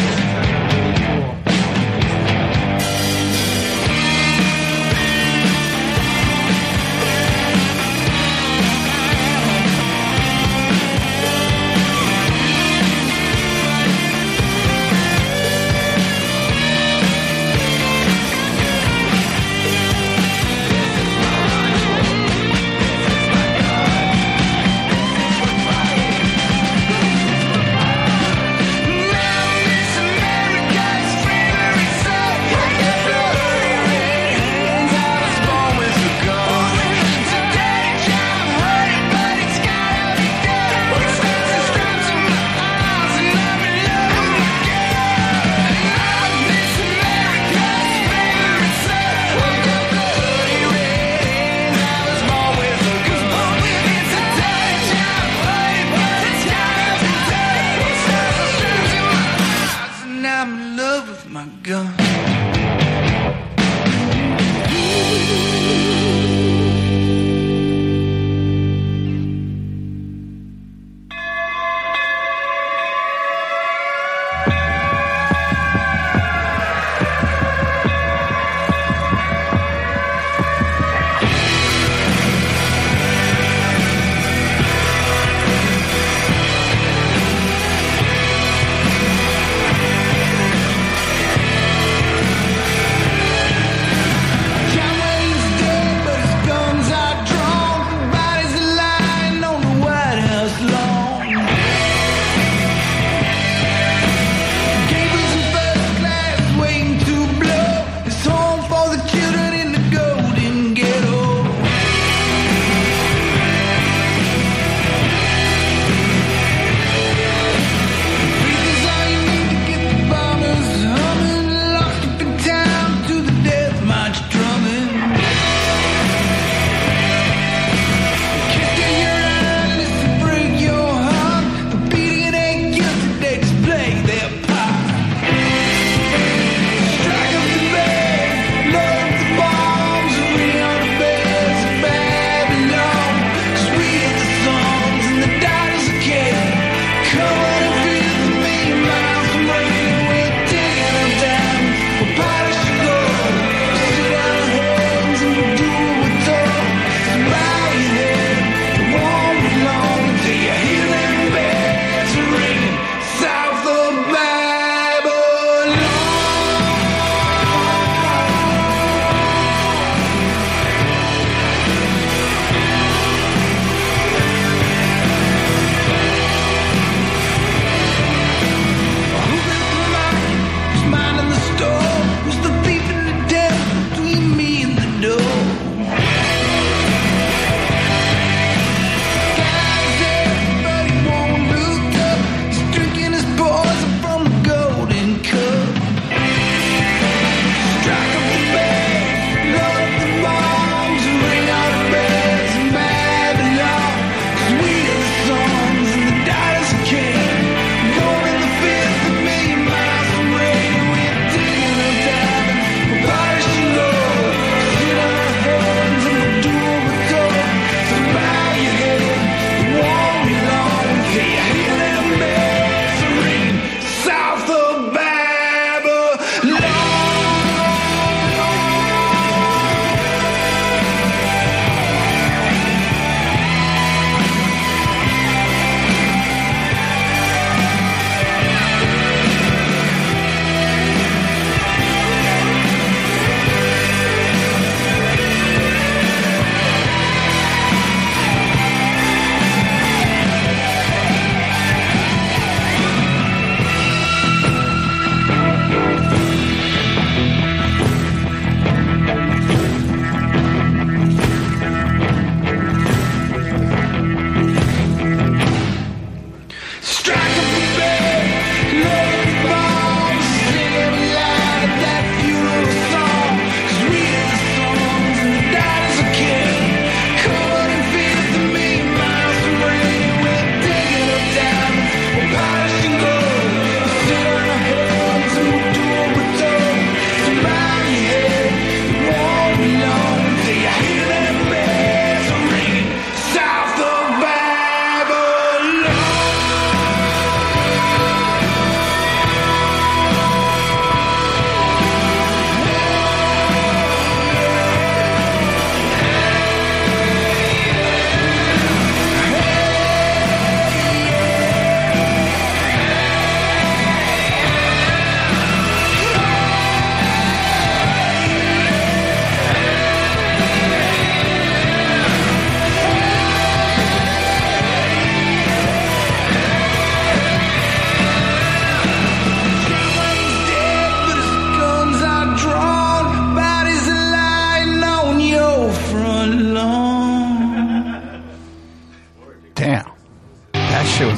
I'm in love with my gun.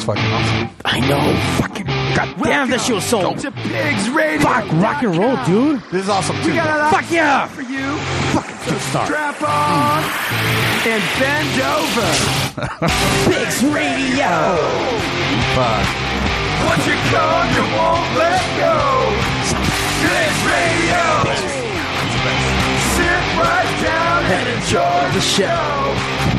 fucking awesome.
I know. Fucking goddamn, that shit was sold.
To Pigs Radio.
Fuck rock and roll, dude.
This is awesome too.
We got a lot
Fuck
of
yeah.
stuff for you.
Good start.
Strap on and bend over.
Pigs Radio.
Fuck.
Once you're gone, you won't let go. Pigs Radio. Sit right down and enjoy the show.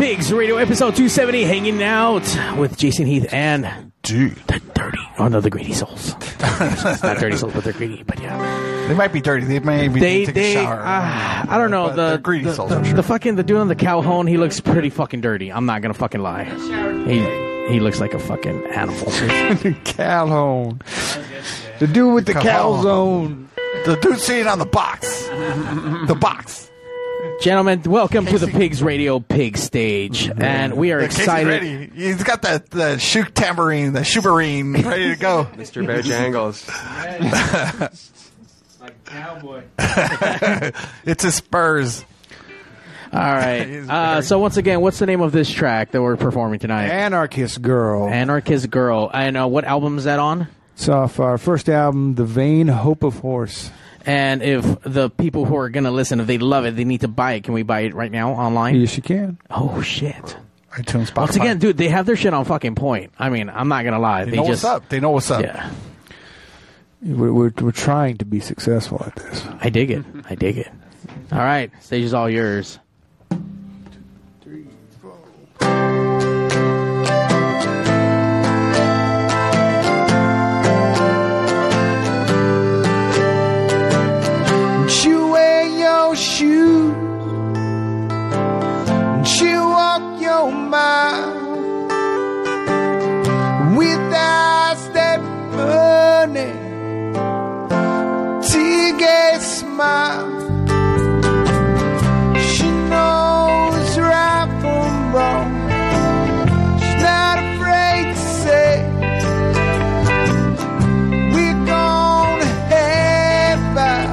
Pigs Radio episode 270, hanging out with Jason Heath and
Dude.
the dirty, oh no, the greedy souls. It's not dirty souls, but they're greedy. But yeah,
They might be dirty. They may be
they,
they, take
they,
a
uh,
shower.
I don't
Uh,
know the
greedy
the,
souls,
the-
I'm sure.
the fucking the dude on the cowhone. He looks pretty fucking dirty. I'm not gonna fucking lie. He he looks like a fucking animal.
Calhoun. The dude with the calzone. The dude sitting on the box. the box.
Gentlemen, welcome to the Pigs Radio Pig Stage, and we are
The case is
excited.
Mm-hmm. ready. He's got the the shoot tambourine, the shooberine ready to go.
Mr. Bojangles.
it's his Spurs.
All right. Uh, so once again, what's the name of this track that we're performing tonight?
Anarchist Girl.
Anarchist Girl. And uh, what album is that on?
It's off our first album, The Vain Hope of Horse.
And if the people who are going to listen, if they love it, they need to buy it. Can we buy it right now online?
Yes, you can.
Oh shit!
iTunes, Spotify.
Once again, dude, they have their shit on fucking point. I mean, I'm not gonna lie.
They
They,
know
just
what's up. They know what's up.
Yeah,
We're, we're, we're trying to be successful at this.
I dig it. I dig it. All right, stage is all yours.
Don't you wear your shoes. Don't you walk your mile with eyes that burning, tear smile. She knows right from wrong. She's not afraid to say, We're gonna have us.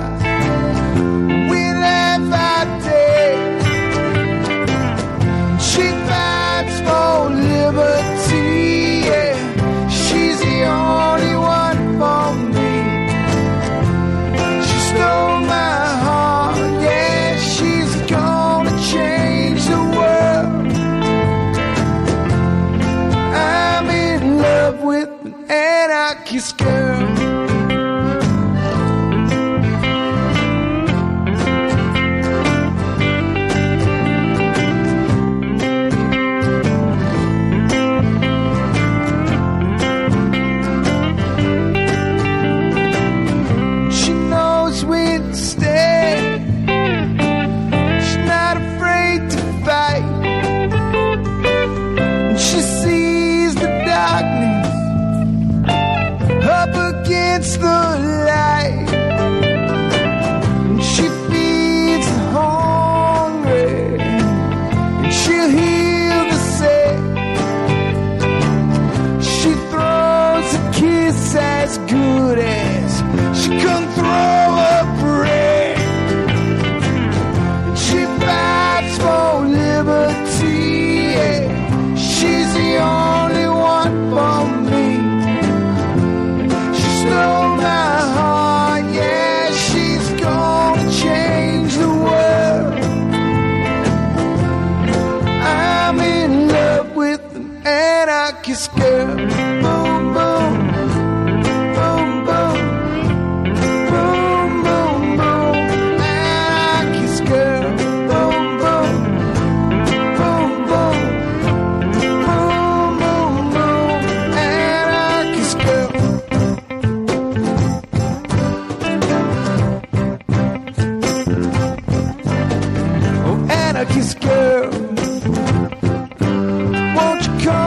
We'll have our day. She fights for liberty. Yeah. She's the only one for me. She stole my heart. Yeah, she's gonna change the world. I'm in love with an anarchist girl. She knows when to stay. She's not afraid to fight. And She sees the darkness up against the light. And She feeds the hungry. And she'll heal the sick. She throws a kiss as good as she can throw a brick. She fights for liberty. yeah. She's the only one for me. She stole my heart. Yeah, she's gonna change the world. I'm in love with an anarchist girl. Boom, boom, boom, boom, boom.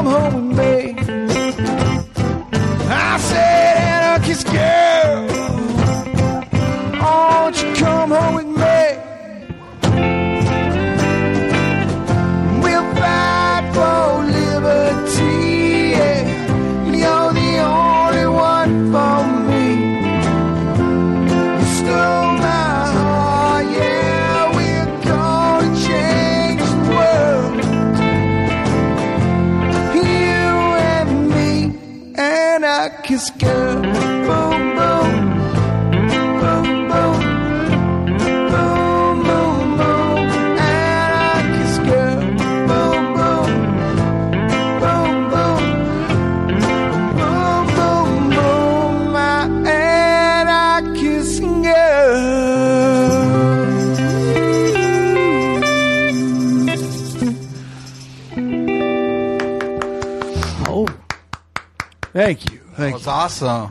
Oh,
Thank you. Thank that was
awesome.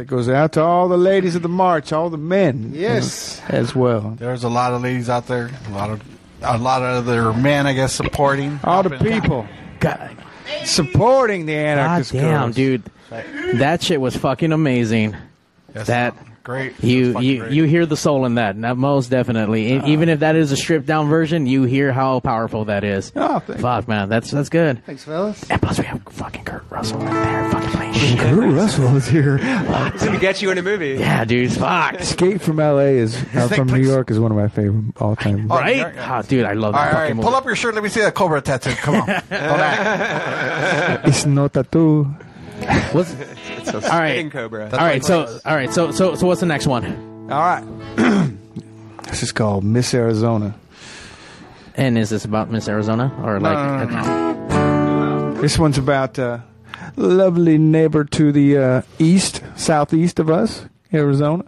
It goes out to all the ladies of the march, all the men.
Yes.
uh, As well.
There's a lot of ladies out there, a lot of a lot of other men, I guess, supporting
all the people.
God.
Supporting the
God
anarchist
damn,
cause.
dude, that shit was fucking amazing. that
great.
You you you hear the soul in that, not most definitely.
Uh.
E- Even if that is a stripped down version, you hear how powerful that is. Oh, fuck, man, that's that's good.
Thanks, fellas.
And plus, we have fucking Kurt Russell right there, fucking playing.
Kurt Russell is here.
It's gonna get you in a movie.
Yeah, dude, fuck.
Escape from L.A. is uh, from New York is one of my favorite all time.
Right? Oh, dude, I love
All
that
right, all right.
fucking
pull
movie.
up your shirt. Let me see that cobra tattoo. Come on, Pull that.
It's no tattoo.
What's,
It's a
all right,
spitting cobra.
All
That's
right,
my
so all right, so so so what's the next one?
All right. This is called Miss Arizona.
And is this about Miss Arizona or like?
This one's about uh, lovely neighbor to the uh, east, southeast of us, Arizona,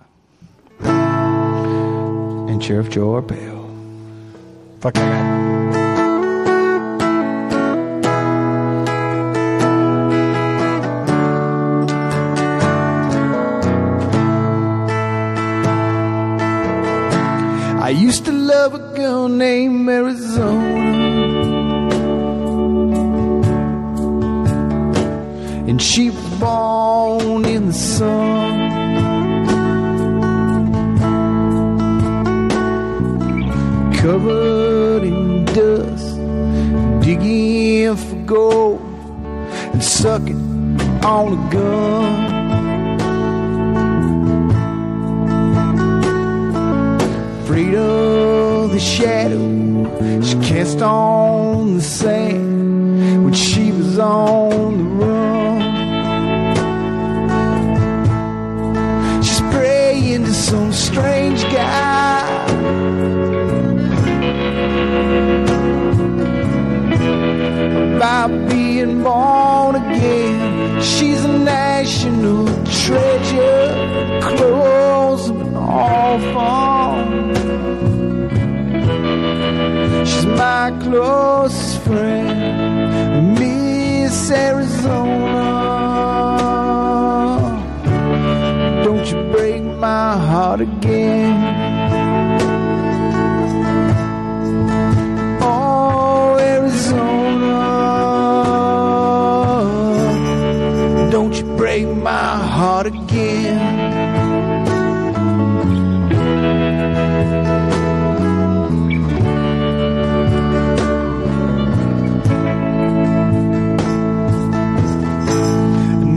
and Sheriff Joe Arpaio. Fuck I got.
I used to love a girl named Arizona. And she was born in the sun. Covered in dust, digging for gold, and sucking on a gun. afraid of the shadow she cast on the sand when she was on the run. She's praying to some strange guy. About being born again, she's a national treasure, close but all form. She's my closest friend, Miss Arizona. Don't you break my heart again. Oh, Arizona, don't you break my heart again.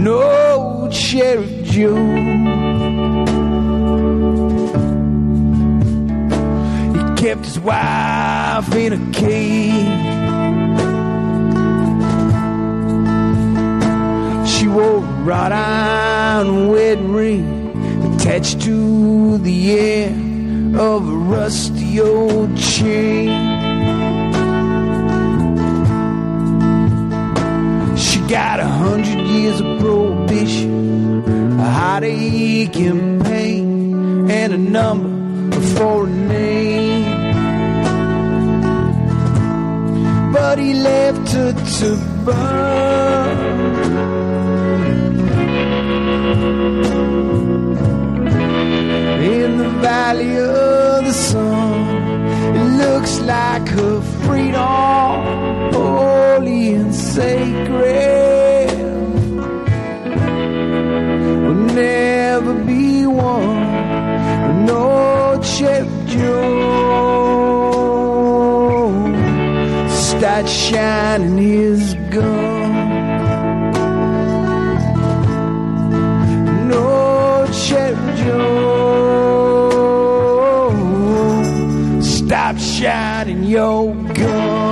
No, Sheriff Joe. He kept his wife in a cage. She wore a wrought iron wedding ring attached to the end of a rusty old chain. She got a hundred years of prohibition, a heartache and pain, and a number for a name. But he left her to burn in the valley of the sun. It looks like her freedom, holy and sacred, will never be won. No chip Joe start shining his gun. No chip Joe stop shining your gun.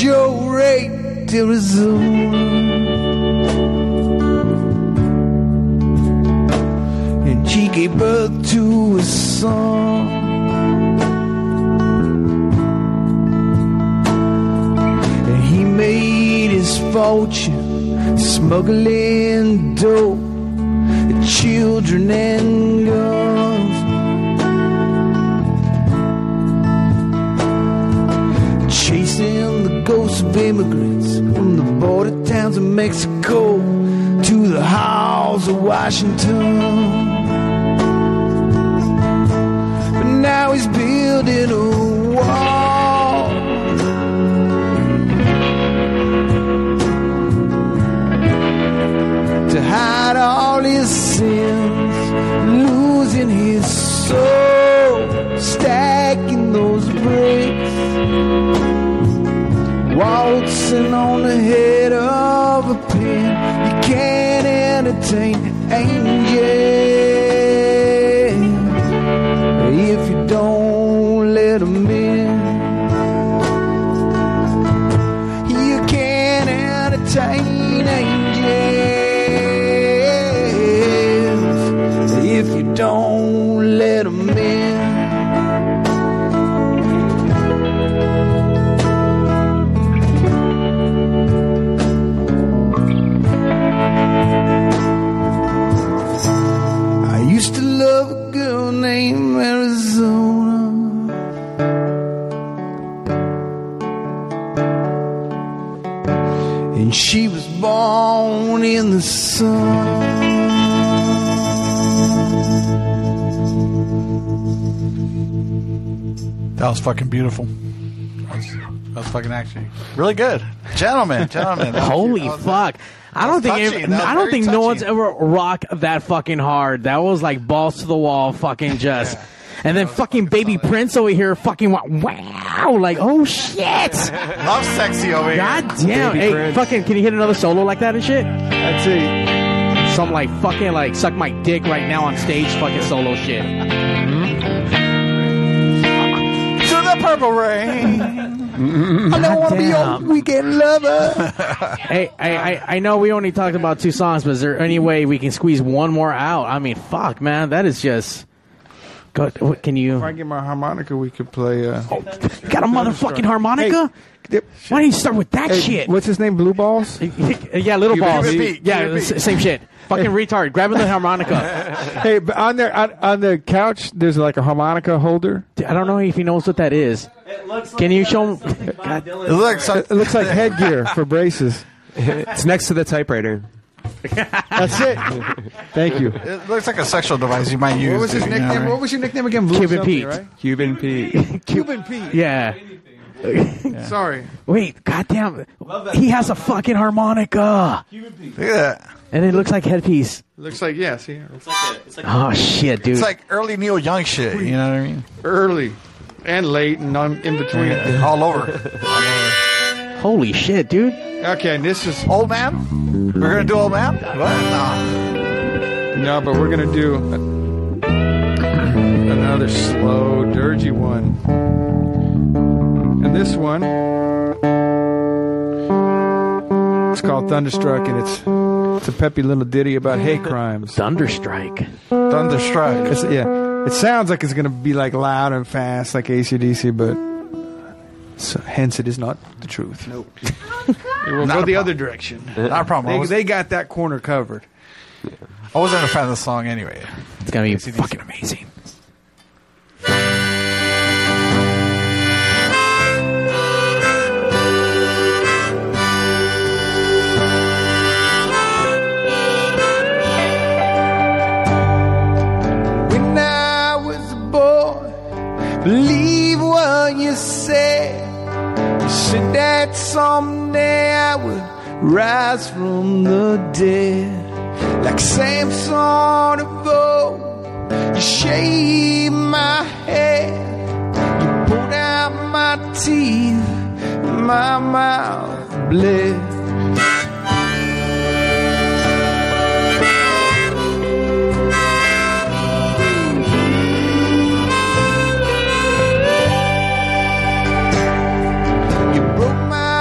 your rate to resume. And she gave birth to a son. And he made his fortune smuggling dope, children and guns. chasing the ghosts of immigrants from the border towns of Mexico to the halls of Washington. But now he's building a wall. To hide all his sins, losing his soul, stacking those bricks. Waltzing on the head of a pin. You can't entertain angel if you don't let 'em in. You can't entertain angels if you don't let 'em in. I used to love a girl named Arizona. And she was born in the sun.
That was fucking beautiful. That was, that was fucking actually really good, gentlemen. Gentlemen, that was-
Holy
that was-
fuck! I don't
that
think
was
ev-
touchy. That was
I don't
very
think no
touchy.
one's ever rocked that fucking hard. That was like balls to the wall, fucking just. And then fucking baby Prince over here, fucking wa- wow, like oh shit.
Love sexy over here.
God damn! Hey, fucking, can you hit another solo like that and shit? That's it. Some like fucking like suck my dick right now on stage, fucking solo shit.
to the purple rain.
I don't want to be your weekend lover.
hey, I, I I know we only talked about two songs, but is there any way we can squeeze one more out? I mean, fuck, man, that is just. Go, what can you?
If I get my harmonica, we could play. Uh, oh,
Got a motherfucking harmonica? Why don't you start with that shit?
What's his name? Blue Balls?
yeah, little
Cuban
balls.
Pete, Cuban
Yeah,
Pete.
s- same shit. Fucking retard, grabbing the harmonica.
hey, but on there on, on the couch, there's like a harmonica holder.
I don't know if he knows what that is. Can you show him? God-
It looks like, it looks like headgear for braces.
It's next to the typewriter.
That's it. Thank you.
It looks like a sexual device you might use.
was his
dude, you know,
nickname?
right?
What was your nickname again? Blue
Cuban
something,
Pete.
right?
Cuban Pete.
Cuban Pete.
Yeah.
Sorry.
Wait, goddamn! He has a fucking harmonica.
Look
at that.
And it looks like headpiece.
Looks like yeah. See, it's like, a, it's like
Oh shit, dude!
It's like early Neil Young shit. You know what I mean?
early and late and I'm in between,
Yeah, all over.
Holy shit, dude!
Okay, and this is
old man. We're gonna do old man. What?
No,
Nah.
but we're gonna do another slow, dirgy one. And this one, it's called Thunderstruck, and it's it's a peppy little ditty about hate crimes.
Thunderstrike.
Thunderstruck. It's, yeah, it sounds like it's gonna be like loud and fast, like ACDC, but so, hence it is not the truth. Nope. it will go the
Not a problem.
other direction.
Not a problem. I
They,
was-
they got that corner covered.
I wasn't a fan of the song anyway.
It's gonna be fucking amazing.
When I was a boy, believe what you said. You said that someday I would rise from the dead. Like Samson of old, you shaved my head. You pulled out my teeth, my mouth bled. You broke my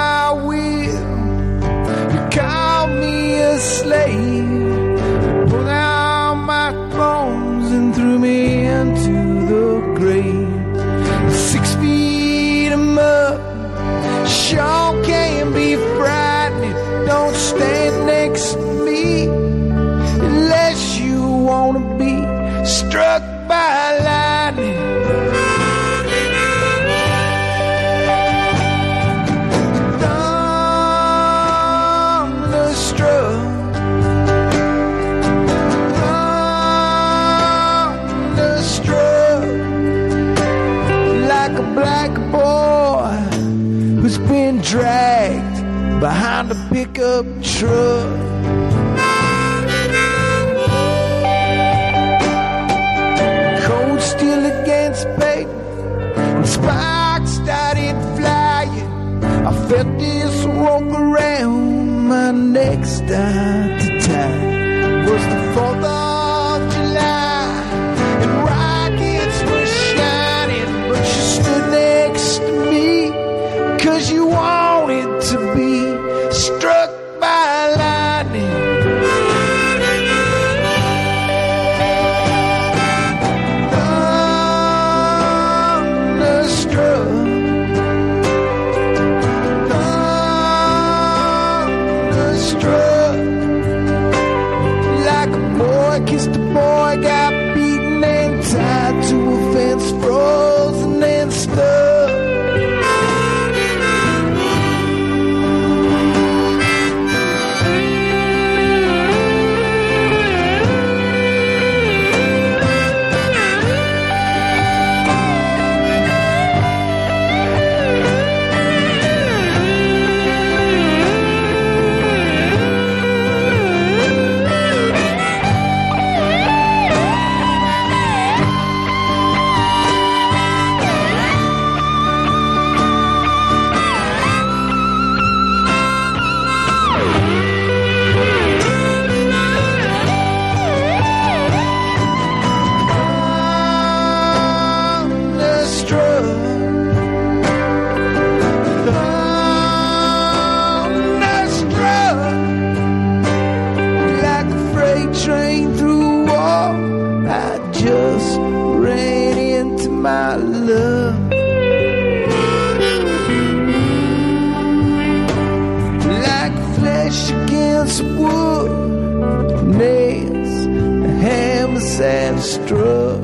pickup truck. Cold steel against paper, and sparks started flying. I felt this rope around my neck start to tie. Was the 4th of July, and rockets were shining, but you stood next to me. Cause you wanted to be struck by lightning. Oh. Thunderstruck. Thunderstruck. Like a boy kissed a boy, got beaten and tied to a fence, frozen and stuck. Thunderstruck. Thunderstruck. Like a freight train through war, I just ran into my love. Like flesh against wood, nails, hammers, and struck.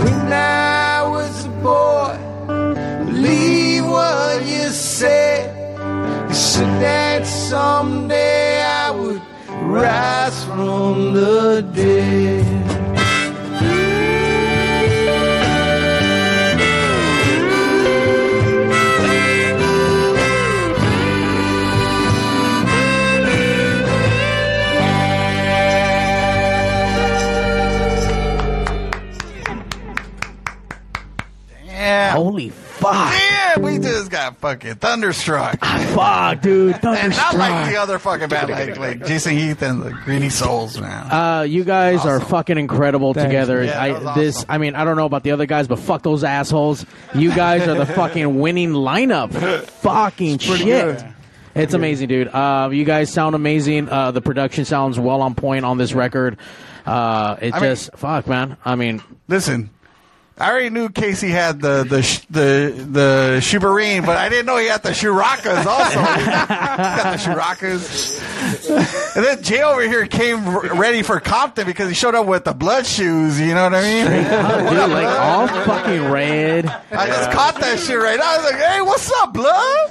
When I was a boy, believe what you said. You said that someday I would rise from the dead.
Yeah.
Holy fuck.
Yeah, we just got fucking thunderstruck.
fuck, dude.
And not like
Thunderstruck.
the other fucking band, like, like Jason Heath and the Greeny Souls, man.
Uh, you guys are fucking incredible
Thanks.
together.
Yeah, that
I,
was
This, I mean, I don't know about the other guys, but fuck those assholes. You guys are the fucking winning lineup. fucking shit. It's amazing, dude. Uh, you guys sound amazing. Uh, the production sounds well on point on this record. Uh, it
I mean-
just fuck, man. I mean,
listen. I already knew Casey had the the sh- the the Shubarine, but I didn't know he had the Shurakas also. he got the Shurakas. And then Jay over here came r- ready for Compton because he showed up with the blood shoes. You know what I mean?
dude, like all fucking red.
I just caught that shit right. now. I was like, "Hey, what's up, blood?"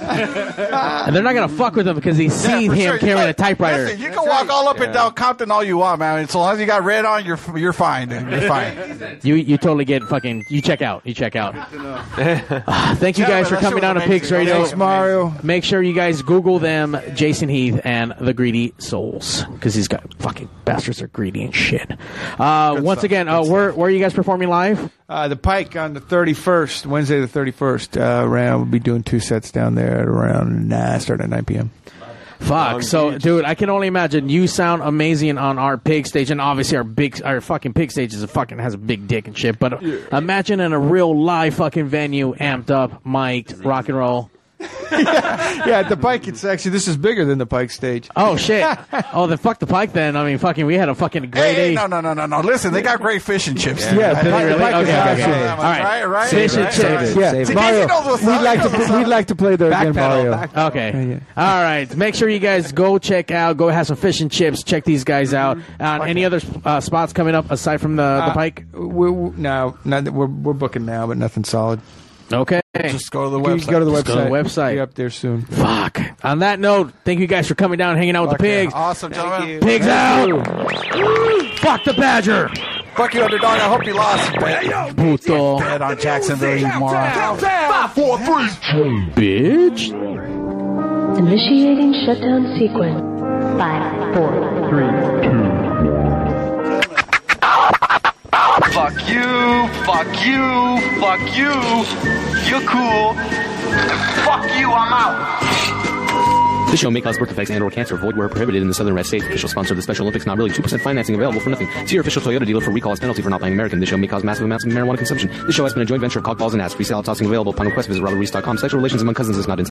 And they're not gonna fuck with him because they see
for
him
sure. You
carrying
got-
a typewriter.
Listen, you can walk all up and down Compton all you want, man. So long as you got red on, you're f- you're fine, dude. You're fine.
You you totally get fucking. You check out. You check out. Ah, Thank you
Gentlemen,
guys for
that shit
coming
was
on to
amazing.
Pigs Radio.
Thanks, Mario.
Make sure you guys Google them, Jason Heath and the Greedy Souls, because these guys fucking bastards are greedy and shit. Uh, once again, uh, where where are you guys performing live?
Uh, the Pike on the 31st, Wednesday the 31st, uh, Ram will be doing two sets down there at around, nah, starting at 9 p.m.
Fuck. So, dude, I can only imagine you sound amazing on our pig stage, and obviously our big, our fucking pig stage is a fucking has a big dick and shit. But imagine in a real live fucking venue, amped up, mic'd, rock and roll.
yeah, at the Pike, it's actually, this is bigger than the Pike stage.
Oh shit! oh, then fuck the pike. Then I mean, fucking, we had a fucking great.
Hey,
A-
no, no, no, no, no. Listen, they got great fish and chips.
Yeah, Yeah, they really- okay, okay, okay. All right.
right, right.
Fish and
right,
chips.
right.
Yeah.
See, Casey
Mario,
knows what's
we'd
up.
like to
He knows what's up.
We'd like to play there again, Mario.
Oh,
Oh,
Okay. All right. Make sure you guys go check out. Go have some fish and chips. Check these guys out. Uh, any other uh, spots coming up aside from the the
Mm-hmm. Uh,
pike?
We, we, no, not that we're, we're booking now, but nothing solid.
Okay.
Just go to the website. Go to the
Just
website.
go to the website.
Be up there soon.
Fuck. On that note, thank you guys for coming down and hanging out with the pigs.
Awesome, gentlemen.
Pigs out. Fuck the badger.
Fuck you, underdog. I hope you lost. Bet,
Puto.
bet on Jacksonville, you moron.
Five, four, three.
Bitch.
Initiating shutdown sequence. Five, four,
Fuck you, fuck you, fuck you. You're cool. Fuck you, I'm out.
This show may cause birth defects and/or cancer. Void where prohibited in the Southern Red States. Official sponsor of the Special Olympics. Not really. Two percent financing available for nothing. See your official Toyota dealer for recall as penalty for not buying American. This show may cause massive amounts of marijuana consumption. This show has been a joint venture of cockballs and ass. Free salad tossing available upon request. Visit robertreese.com. Sexual relations among cousins is not in.